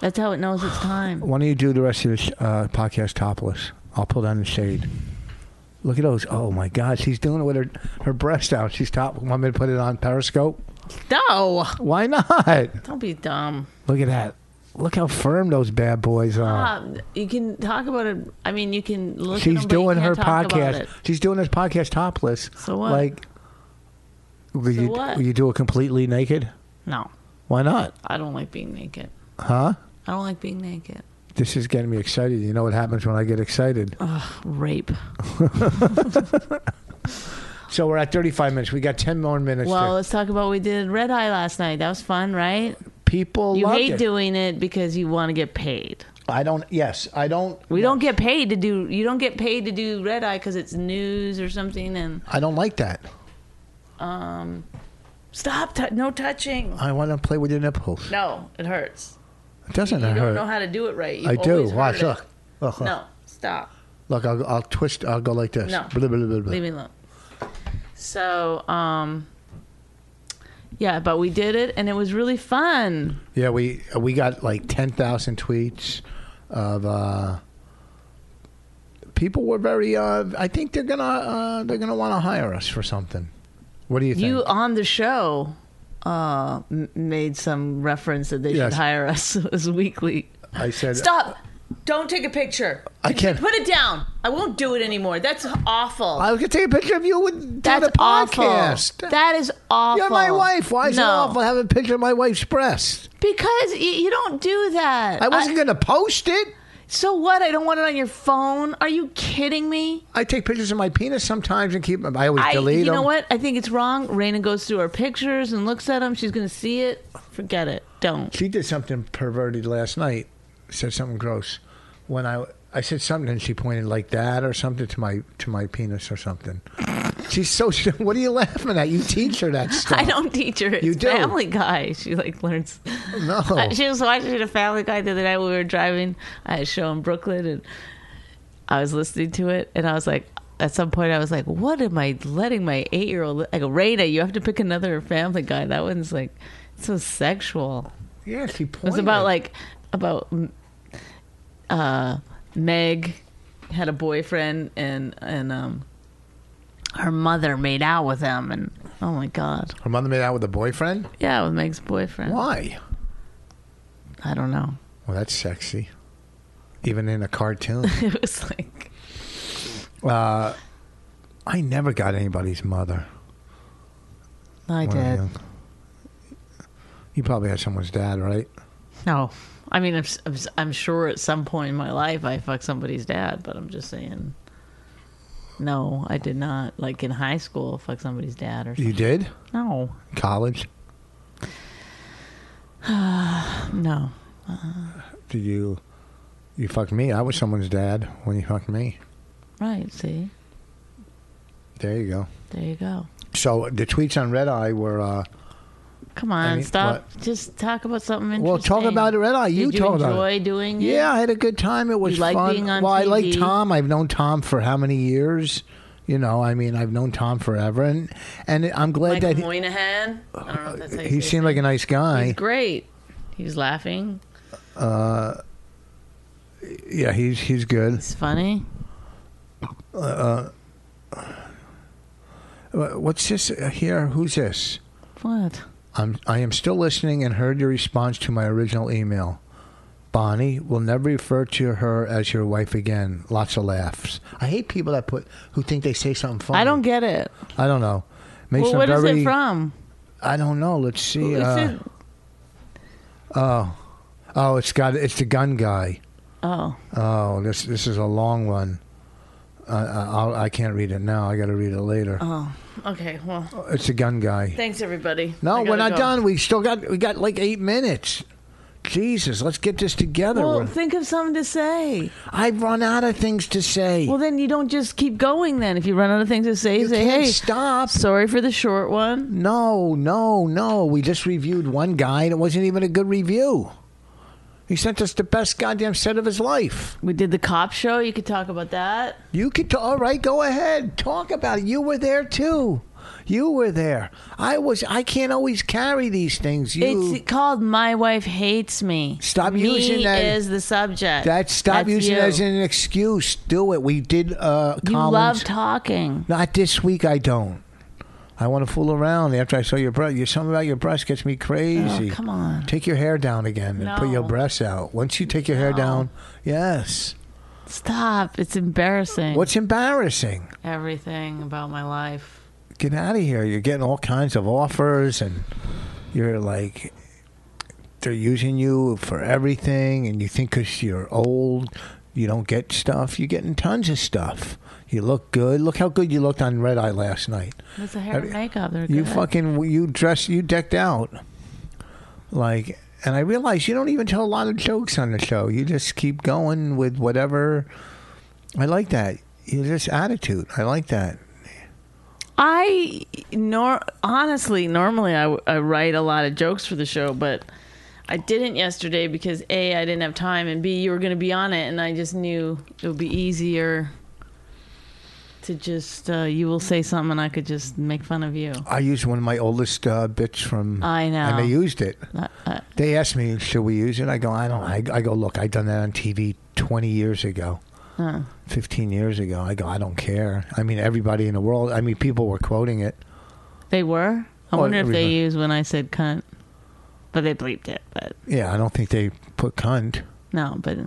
S3: That's how it knows it's time.
S2: Why don't you do the rest of this uh, podcast topless? I'll pull down the shade. Look at those. Oh my God, she's doing it with her her breast out. She's top. Want me to put it on Periscope?
S3: No,
S2: Why not?
S3: don't be dumb.
S2: Look at that. Look how firm those bad boys are.
S3: Uh, you can talk about it. I mean, you can look. at
S2: She's
S3: them, but you
S2: doing
S3: can't
S2: her
S3: talk about
S2: podcast.
S3: it.
S2: She's doing this podcast topless.
S3: So what?
S2: Like, will, you,
S3: what?
S2: will you do it completely naked?
S3: No,
S2: Why not?
S3: I don't like being naked.
S2: Huh?
S3: I don't like being naked.
S2: This is getting me excited. You know what happens when I get excited.
S3: Oh. Rape.
S2: So we're at 35 minutes. We got 10 more minutes.
S3: Well,
S2: to-
S3: let's talk about what we did Red Eye last night. That was fun, right?
S2: people
S3: You
S2: loved
S3: hate
S2: it.
S3: doing it because you want to get paid.
S2: I don't. Yes, I don't.
S3: We don't get paid to do. You don't get paid to do Red Eye because it's news or something. And um,
S2: I don't like that.
S3: stop. T- no touching.
S2: I want to play with your nipples.
S3: No, it hurts.
S2: It doesn't
S3: You
S2: hurt.
S3: don't know how to do it right. You
S2: I do.
S3: always
S2: Watch.
S3: hurt it.
S2: Look. Look. look.
S3: No, stop.
S2: Look. I'll, I'll twist. I'll go like this.
S3: No.
S2: Blah, blah, blah, blah.
S3: Leave me alone. So, um, yeah, but we did it, and it was really fun.
S2: Yeah, we we got like ten thousand tweets of uh, people were very. Uh, I think they're gonna uh, they're gonna want to hire us for something. What do you think?
S3: You on the show uh, m- made some reference that they
S2: Yes.
S3: should hire us [LAUGHS] as weekly.
S2: I said
S3: Stop! Don't take a picture.
S2: I can't.
S3: Put it down. I won't do it anymore. That's awful.
S2: I could take a picture of you with
S3: That's
S2: doing a podcast.
S3: awful. That is awful.
S2: You're my wife. Why is
S3: no.
S2: it awful? I have a picture of my wife's breast.
S3: Because y- you don't do that.
S2: I wasn't gonna post it.
S3: so what? I don't want it on your phone. Are you kidding me?
S2: I take pictures of my penis sometimes and keep them. I always
S3: I,
S2: delete
S3: you
S2: them.
S3: know what? I think it's wrong. Raina goes through our pictures and looks at them. She's going to see it. Forget it. Don't.
S2: She did something perverted last night. Said something gross. When I I said something and she pointed like that or something to my to my penis or something. She's so. [LAUGHS] What are you laughing at? You teach her that stuff.
S3: [LAUGHS] I don't teach her. It's
S2: You do.
S3: Family Guy. She like learns. [LAUGHS]
S2: No.
S3: Uh, She was watching a Family Guy the other night. when We were driving. I had a show in Brooklyn, and I was listening to it, and I was like. At some point, I was like, "What am I letting my eight-year-old?" li-" I go, "Raina, you have to pick another Family Guy. That one's like so sexual."
S2: Yeah, she pointed.
S3: It was about like about mm, uh, Meg had a boyfriend and and um, her mother made out with him and oh my god
S2: her mother made out with a boyfriend.
S3: yeah with Meg's boyfriend
S2: Why?
S3: I don't know [LAUGHS]
S2: Well, that's sexy. Even in a
S3: [LAUGHS]
S2: cartoon,
S3: it was like
S2: I never got anybody's mother.
S3: I
S2: when I was
S3: did
S2: young. You probably had someone's dad, right?
S3: no I mean I'm, s- I'm s- I'm sure at some point in my life I fucked somebody's dad but I'm just saying no I did not like in high school fuck somebody's dad or something.
S2: You did
S3: no
S2: college.
S3: no
S2: Did you? You fucked me. I was someone's dad when you fucked me.
S3: right see
S2: There you go.
S3: there you go.
S2: So the tweets on Red Eye were. Uh,
S3: Come on,
S2: mean,
S3: stop. Just talk about something interesting.
S2: Well, talk about it, Red Eye. You
S3: Did
S2: talk about it.
S3: enjoy doing it?
S2: yeah, I had a good time. It was
S3: You like
S2: fun.
S3: being on
S2: well, I like
S3: TV?
S2: Tom. I've known Tom for how many years? You know, I mean, I've known Tom forever, and and I'm glad
S3: Michael
S2: that he,
S3: Moynihan. I don't know if that's how you
S2: he
S3: say
S2: seemed like a nice guy.
S3: it. He's great. He was laughing.
S2: yeah, he's he's good.
S3: It's funny.
S2: Uh, What's this uh, here? Who's this?
S3: What?
S2: I'm I am still listening and heard your response to my original email. Bonnie will never refer to her as your wife again. Lots of laughs. I hate people that put who think they say something funny.
S3: I don't get it.
S2: I don't know. Makes
S3: Well,
S2: them
S3: what is
S2: very-
S3: it from?
S2: I don't know. Let's see.
S3: Is
S2: Uh,
S3: it?
S2: oh, it's got it's the gun guy.
S3: Oh,
S2: Oh, this this is a long one. Uh, I'll, I can't read it now. I got to read it later.
S3: Uh-huh. okay. Well,
S2: It's the gun guy.
S3: thanks everybody.
S2: No,
S3: I
S2: we're
S3: gotta
S2: not
S3: go.
S2: done. We still got we got like eight minutes. Jesus, let's get this together.
S3: Well,
S2: We're-
S3: think of something to say.
S2: I've run out of things to say.
S3: Well, then you don't just keep going. Then if you run out of things to say,
S2: you
S3: say
S2: can't
S3: hey.
S2: stop.
S3: Sorry for the short one.
S2: No, no, no. We just reviewed one guy and it wasn't even a good review. He sent us the best goddamn set of his life.
S3: We did the cop show. You could talk about that.
S2: You could, ta- all right, go ahead. Talk about it. You were there too. You were there. I was, I can't always carry these things. You,
S3: It's called "My Wife Hates Me."
S2: Stop
S3: Me
S2: using that-
S3: Is the subject
S2: that, stop
S3: That's
S2: using
S3: you.
S2: it as an excuse. Do it. We did, uh,
S3: You
S2: Collins.
S3: love talking.
S2: Not this week, I don't. I want to fool around after I saw your breast. Your something about your breast gets me crazy.
S3: Oh, come on.
S2: Take your hair down again and put your
S3: No.
S2: breasts out. Once you take your hair down, yes.
S3: Stop. It's embarrassing.
S2: What's embarrassing?
S3: everything about my life?
S2: Get out of here. You're getting all kinds of offers and you're like they're using you for everything and you think cuz you're old, you don't get stuff. You're getting tons of stuff. You look good. Look how good you looked on Red Eye last night.
S3: It's the hair and makeup. They're
S2: You
S3: good.
S2: fucking you dress you decked out. Like and I realize you don't even tell a lot of jokes on the show. You just keep going with whatever I like that. You just attitude. I like that.
S3: I nor honestly normally I, w- I write a lot of jokes for the show, but I didn't yesterday because a I didn't have time, and b you were going to be on it, and I just knew it would be easier to just uh, you will say something, and I could just make fun of you.
S2: I used one of my oldest uh, bits from
S3: I know. Uh,
S2: and they used it.
S3: I, I,
S2: They asked me, "Should we use it?" I go, "I don't." I, I go, "Look, I done that on TV 20 years ago." 15 years ago, I go, I don't care. I mean, everybody in the world, I mean, people were quoting it.
S3: they were. I
S2: Oh,
S3: wonder if they
S2: everything.
S3: used when I said cunt, but they bleeped it. But
S2: Yeah, I don't think they put cunt.
S3: no, but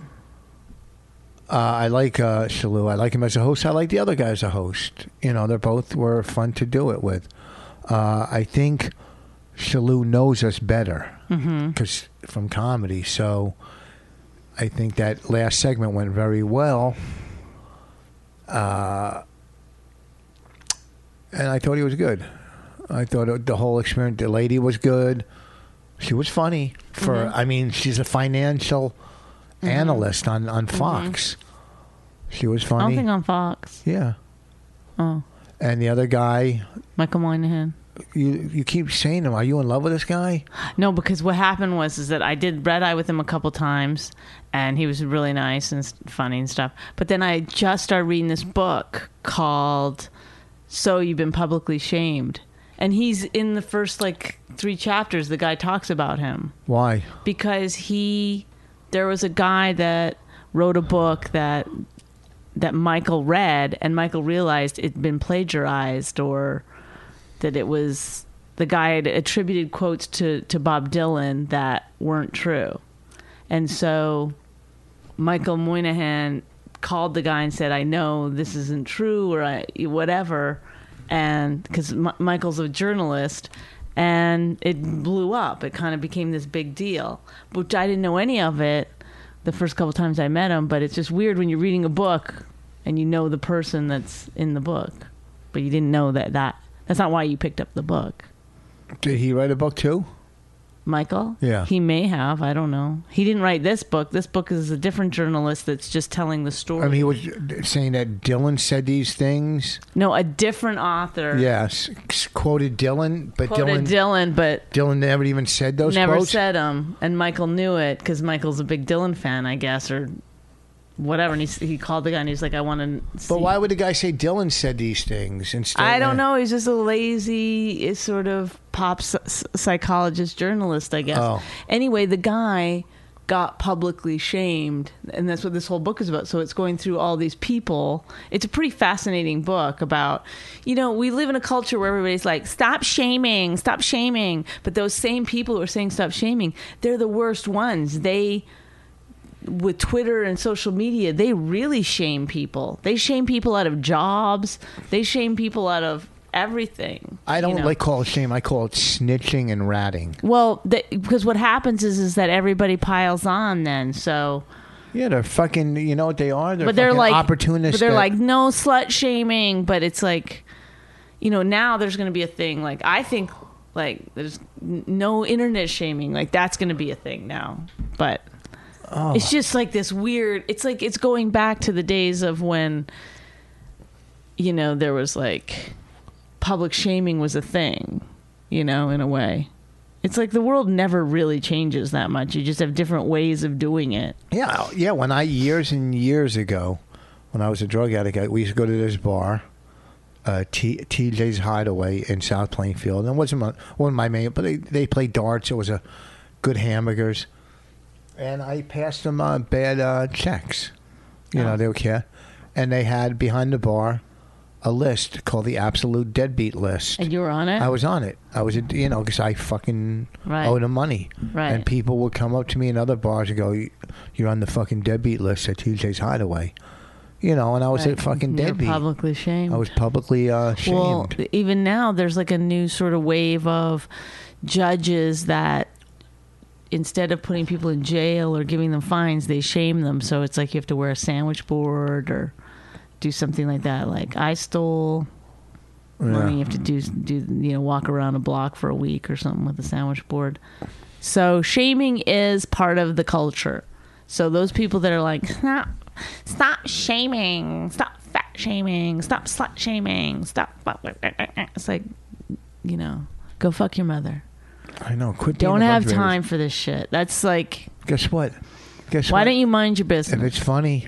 S2: Uh, I like uh, Shalou. I like him as a host. I like the other guy as a host. You know, they're both were fun to do it with. Uh, I think Shalou knows us better
S3: Mm-hmm.
S2: because from comedy. So I think that last segment went very well. Uh, and I thought he was good. I thought it- the whole experience. The lady was good. She was funny. For
S3: Mm-hmm.
S2: I mean, she's a financial analyst on on Fox. She was
S3: Mm-hmm. I don't
S2: funny.
S3: think on Fox.
S2: yeah.
S3: Oh,
S2: And the other guy,
S3: Michael Moynihan.
S2: you you keep saying to him, "Are you in love with this guy?"
S3: [GASPS] No, because what happened was is that I did red eye with him a couple times, and he was really nice and s- funny and stuff. But then I just started reading this book called "So You've Been Publicly Shamed," and he's in the first like three chapters. The guy talks about him
S2: Why?
S3: because he there was a guy that wrote a book that that Michael read and Michael realized it'd been plagiarized or that it was the guy had attributed quotes to, to Bob Dylan that weren't true. And so Michael Moynihan called the guy and said, I know this isn't true or I, whatever. And because M- Michael's a journalist and it blew up, it kind of became this big deal, which I didn't know any of it the first couple times I met him. But it's just weird when you're reading a book and you know the person that's in the book, but you didn't know that, that that's not why you picked up the book.
S2: Did he write a book too?
S3: Michael?
S2: Yeah.
S3: He may have. I don't know. He didn't write this book. This book is a different journalist that's just telling the story.
S2: I mean, he was saying that Dylan said these things.
S3: no, a different author.
S2: Yes, quoted Dylan, but
S3: Quoted
S2: Dylan
S3: Dylan, but
S2: Dylan never even said those
S3: never
S2: quotes.
S3: said them. And Michael knew it because Michael's a big Dylan fan, I guess, or whatever. And he, s- he called the guy and he's like, I want to.
S2: but why would the guy say Dylan said these things instead?
S3: I don't know. He's just a lazy eh, sort of pop s- s- psychologist journalist, I guess.
S2: Oh.
S3: Anyway, the guy got publicly shamed, and that's what this whole book is about. So it's going through all these people. It's a pretty fascinating book about, you know, we live in a culture where everybody's like, stop shaming, stop shaming. But those same people who are saying stop shaming, they're the worst ones. They with Twitter and social media, they really shame people. They shame people out of jobs. They shame people out of everything.
S2: I
S3: you
S2: don't
S3: know?
S2: like call it shame. I call it snitching and ratting.
S3: Well, they, because what happens is is that everybody piles on then. So,
S2: Yeah, they're fucking. You know what they are? They're
S3: but they're
S2: fucking
S3: like
S2: opportunists.
S3: But they're
S2: that-
S3: like no slut shaming. But it's like, you know, now there's going to be a thing. Like I think like there's n- no internet shaming. Like that's going to be a thing now. But it's just like this weird. It's like it's going back to the days of when, you know, there was like public shaming was a thing. You know, in a way. It's like the world never really changes that much. You just have different ways of doing it.
S2: Yeah, yeah. When I years and years ago, when I was a drug addict, I, we used to go to this bar, uh, T, TJ's Hideaway in South Plainfield, and it wasn't my, wasn't my main, but they they played darts. It was a good hamburgers, and I passed them uh, bad uh, checks. You
S3: Uh-huh.
S2: know, they were care, and they had behind the bar a list called the Absolute Deadbeat List.
S3: And you were on it.
S2: I was on it. I was, a, you know, because I fucking
S3: Right.
S2: owed him money.
S3: Right.
S2: And people would come up to me in other bars and go, "You- "You're on the fucking deadbeat list at TJ's Hideaway," you know, and I was
S3: Right.
S2: a fucking
S3: You're
S2: deadbeat.
S3: publicly shamed.
S2: I was publicly uh, shamed.
S3: well, even now there's like a new sort of wave of judges that instead of putting people in jail or giving them fines, they shame them. So it's like you have to wear a sandwich board or do something like that. Like I stole money. You have to do do you know walk around a block for a week or something with a sandwich board. So shaming is part of the culture. So those people that are like stop, stop shaming, stop fat shaming, stop slut shaming, stop. It's like you know, go fuck your mother.
S2: I know. Quit. being
S3: Don't
S2: a
S3: have
S2: bunch of
S3: time for this shit. That's like,
S2: haters. Guess what? Guess
S3: why
S2: what?
S3: don't you mind your
S2: If
S3: business?
S2: it's funny,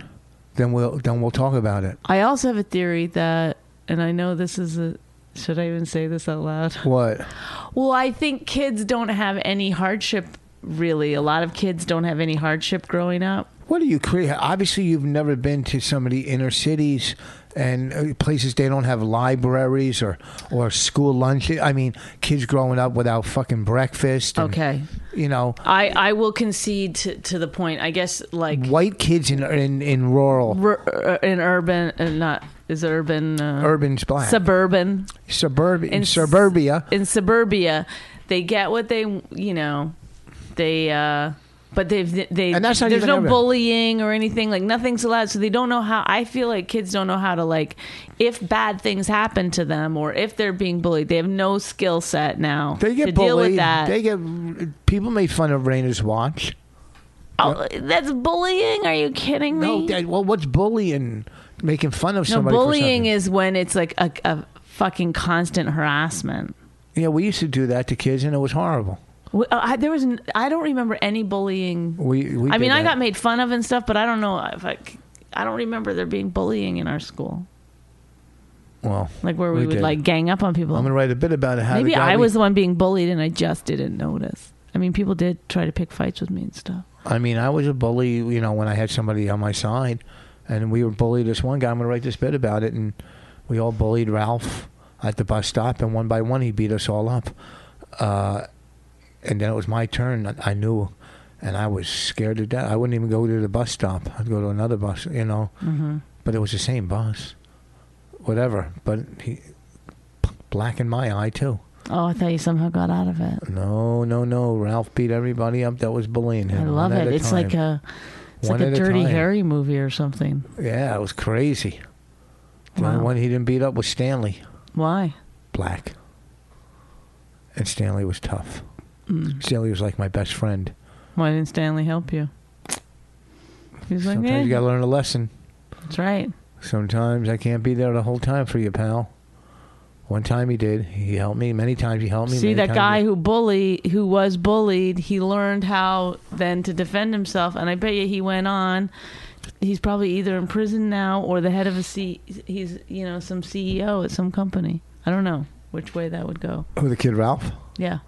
S2: then we'll then we'll talk about it.
S3: I also have a theory that, and I know this is a. Should I even say this out loud?
S2: What?
S3: Well, I think kids don't have any hardship. Really, a lot of kids don't have any hardship growing up.
S2: What do you create? Obviously, you've never been to some of the inner cities and uh, places they don't have libraries or, or school lunch. I mean, kids growing up without fucking breakfast. and,
S3: Okay.
S2: You know,
S3: I, I will concede to, to the point. I guess like
S2: white kids in in, in rural,
S3: r- uh, in urban, uh, not is it urban, uh,
S2: urban's black,
S3: suburban,
S2: suburban,
S3: in s-
S2: suburbia.
S3: in suburbia, they get what they you know, they uh, but they've they
S2: And that's not
S3: there's
S2: even
S3: no
S2: urban.
S3: bullying or anything like nothing's allowed, so they don't know how. I feel like kids don't know how to like if bad things happen to them or if they're being bullied, they have no skill set now
S2: They get
S3: to
S2: bullied.
S3: deal with that.
S2: They get people made fun of Raina's watch.
S3: oh, that's bullying? Are you kidding me?
S2: No, Dad, well, what's bullying? Making fun of
S3: No,
S2: somebody.
S3: bullying
S2: for something.
S3: is when it's like a, a fucking constant harassment.
S2: Yeah, we used to do that to kids, and it was horrible.
S3: Wh- uh, I, there was, n- I don't remember any bullying.
S2: We, we
S3: I
S2: did
S3: mean, I
S2: that.
S3: got made fun of and stuff, but I don't know if I, c- I don't remember there being bullying in our school,
S2: well,
S3: like where we,
S2: We
S3: would
S2: did.
S3: like gang up on people.
S2: I'm gonna write a bit about it. How the
S3: Maybe
S2: guy
S3: I
S2: we-
S3: was the one being bullied and I just didn't notice. I mean, people did try to pick fights with me and stuff.
S2: I mean, I was a bully, you know, when I had somebody on my side, and we were bullied. This one guy, I'm going to write this bit about it, and we all bullied Ralph at the bus stop, and one by one, he beat us all up. Uh, and then it was my turn. I- I knew, and I was scared to death. I wouldn't even go to the bus stop. I'd go to another bus, you know. Mm-hmm. But it was the same bus, whatever. But he black in my eye too.
S3: Oh, I thought you somehow got out of it.
S2: No, no, no. Ralph beat everybody up that was bullying him.
S3: I love
S2: one at
S3: it.
S2: a
S3: It's like
S2: time.
S3: a, it's
S2: One
S3: like a
S2: at a
S3: Dirty
S2: time.
S3: Harry movie or something.
S2: Yeah, it was crazy. The
S3: Wow.
S2: only one he didn't beat up was Stanley
S3: Why?
S2: Black. And Stanley was tough.
S3: Mm.
S2: Stanley was like my best friend.
S3: Why didn't Stanley help you? He was like,
S2: Sometimes
S3: eh,
S2: you gotta learn a lesson.
S3: that's right.
S2: Sometimes I can't be there the whole time for you, pal. One time he did. He helped me. Many times he helped me.
S3: See
S2: many
S3: that
S2: times
S3: guy
S2: he-
S3: who bully who was bullied, he learned how then to defend himself, and I bet you he went on. He's probably either in prison now or the head of a C. He's you know some CEO at some company. I don't know which way that would go.
S2: Who the kid Ralph?
S3: Yeah,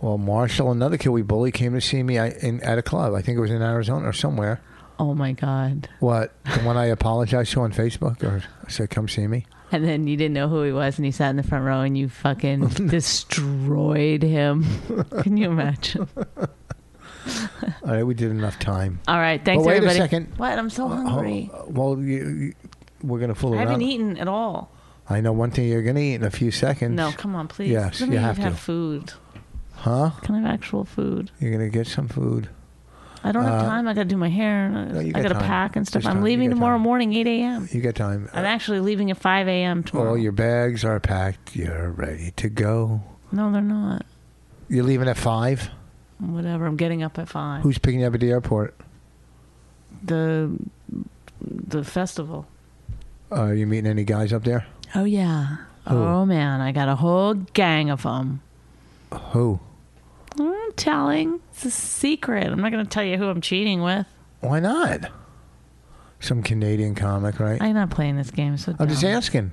S2: Well, Marshall, another kid we bullied, came to see me I- in, at a club. I think it was in Arizona or somewhere.
S3: Oh my God.
S2: What? The one I apologized to on Facebook or I said, come see me?
S3: And then you didn't know who he was, and he sat in the front row, and
S2: [LAUGHS]
S3: you fucking destroyed him. Can you imagine?
S2: All right, we did enough time.
S3: All right. Thanks,
S2: wait a
S3: everybody.
S2: second.
S3: What? I'm so
S2: Uh,
S3: hungry.
S2: uh, well, you, you, we're gonna fool
S3: I
S2: around.
S3: haven't eaten at all.
S2: I know one thing you're gonna eat in a few seconds.
S3: No, come on, please.
S2: Yes,
S3: Let
S2: you
S3: me
S2: have
S3: have
S2: to.
S3: food.
S2: Huh?
S3: Can I have actual food?
S2: You're gonna get some food.
S3: I don't have
S2: Uh,
S3: time. I got to do my hair.
S2: you
S3: I
S2: got
S3: got to
S2: time.
S3: pack and stuff.
S2: There's time.
S3: I'm
S2: You
S3: leaving
S2: got
S3: tomorrow
S2: time.
S3: morning, 8 a.m.
S2: You got time. Uh,
S3: I'm actually leaving at 5 a.m. tomorrow.
S2: All your bags are packed. You're ready to go.
S3: No, they're not.
S2: You're leaving at five.
S3: Whatever. I'm getting up at 5.
S2: Who's picking you up at the airport?
S3: the the festival.
S2: Uh, are you meeting any guys up there?
S3: Oh yeah. Oh man, I got a whole gang of them.
S2: Who?
S3: I'm telling. It's a secret. I'm not going to tell you who I'm cheating with.
S2: Why not? Some Canadian comic, right?
S3: I'm not playing this game. So
S2: I'm just
S3: dumb.
S2: asking.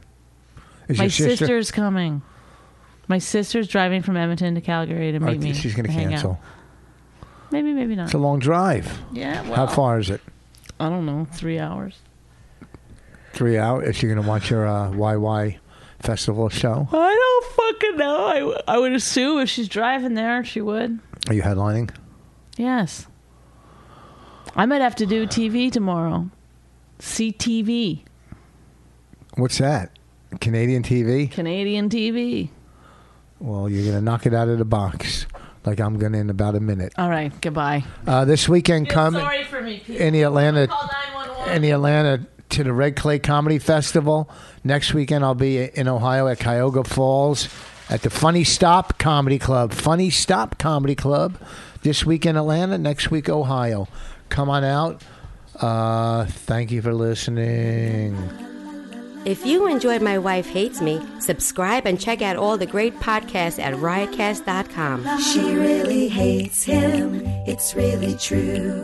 S2: Is
S3: My
S2: your sister?
S3: sister's coming. My sister's driving from Edmonton to Calgary to
S2: Oh,
S3: meet me.
S2: she's going to
S3: hang out.
S2: cancel.
S3: Maybe, maybe not.
S2: It's a long drive.
S3: yeah. Well,
S2: How far is it?
S3: I don't know. Three hours.
S2: Three hours. Is she going to watch your uh, YY festival show?
S3: I don't fucking know. I, w- I would assume if she's driving there, she would.
S2: Are you headlining?
S3: Yes. I might have to do TV tomorrow. CTV,
S2: What's that? Canadian TV?
S3: Canadian TV.
S2: Well, you're going to knock it out of the box like I'm going to in about a minute.
S3: All right. Goodbye.
S2: Uh, this weekend, come
S3: for me, Pete.
S2: in the Atlanta. in
S3: 911.
S2: the Atlanta to the Red Clay Comedy Festival. Next weekend, I'll be in Ohio at Cuyahoga Falls at the Funny Stop Comedy Club. Funny Stop Comedy Club. This week in Atlanta, next week, Ohio. Come on out. Uh, thank you for listening.
S5: If you enjoyed My Wife Hates Me, subscribe and check out all the great podcasts at riotcast.com.
S1: She really hates him, it's really true.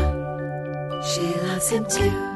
S1: she loves him too.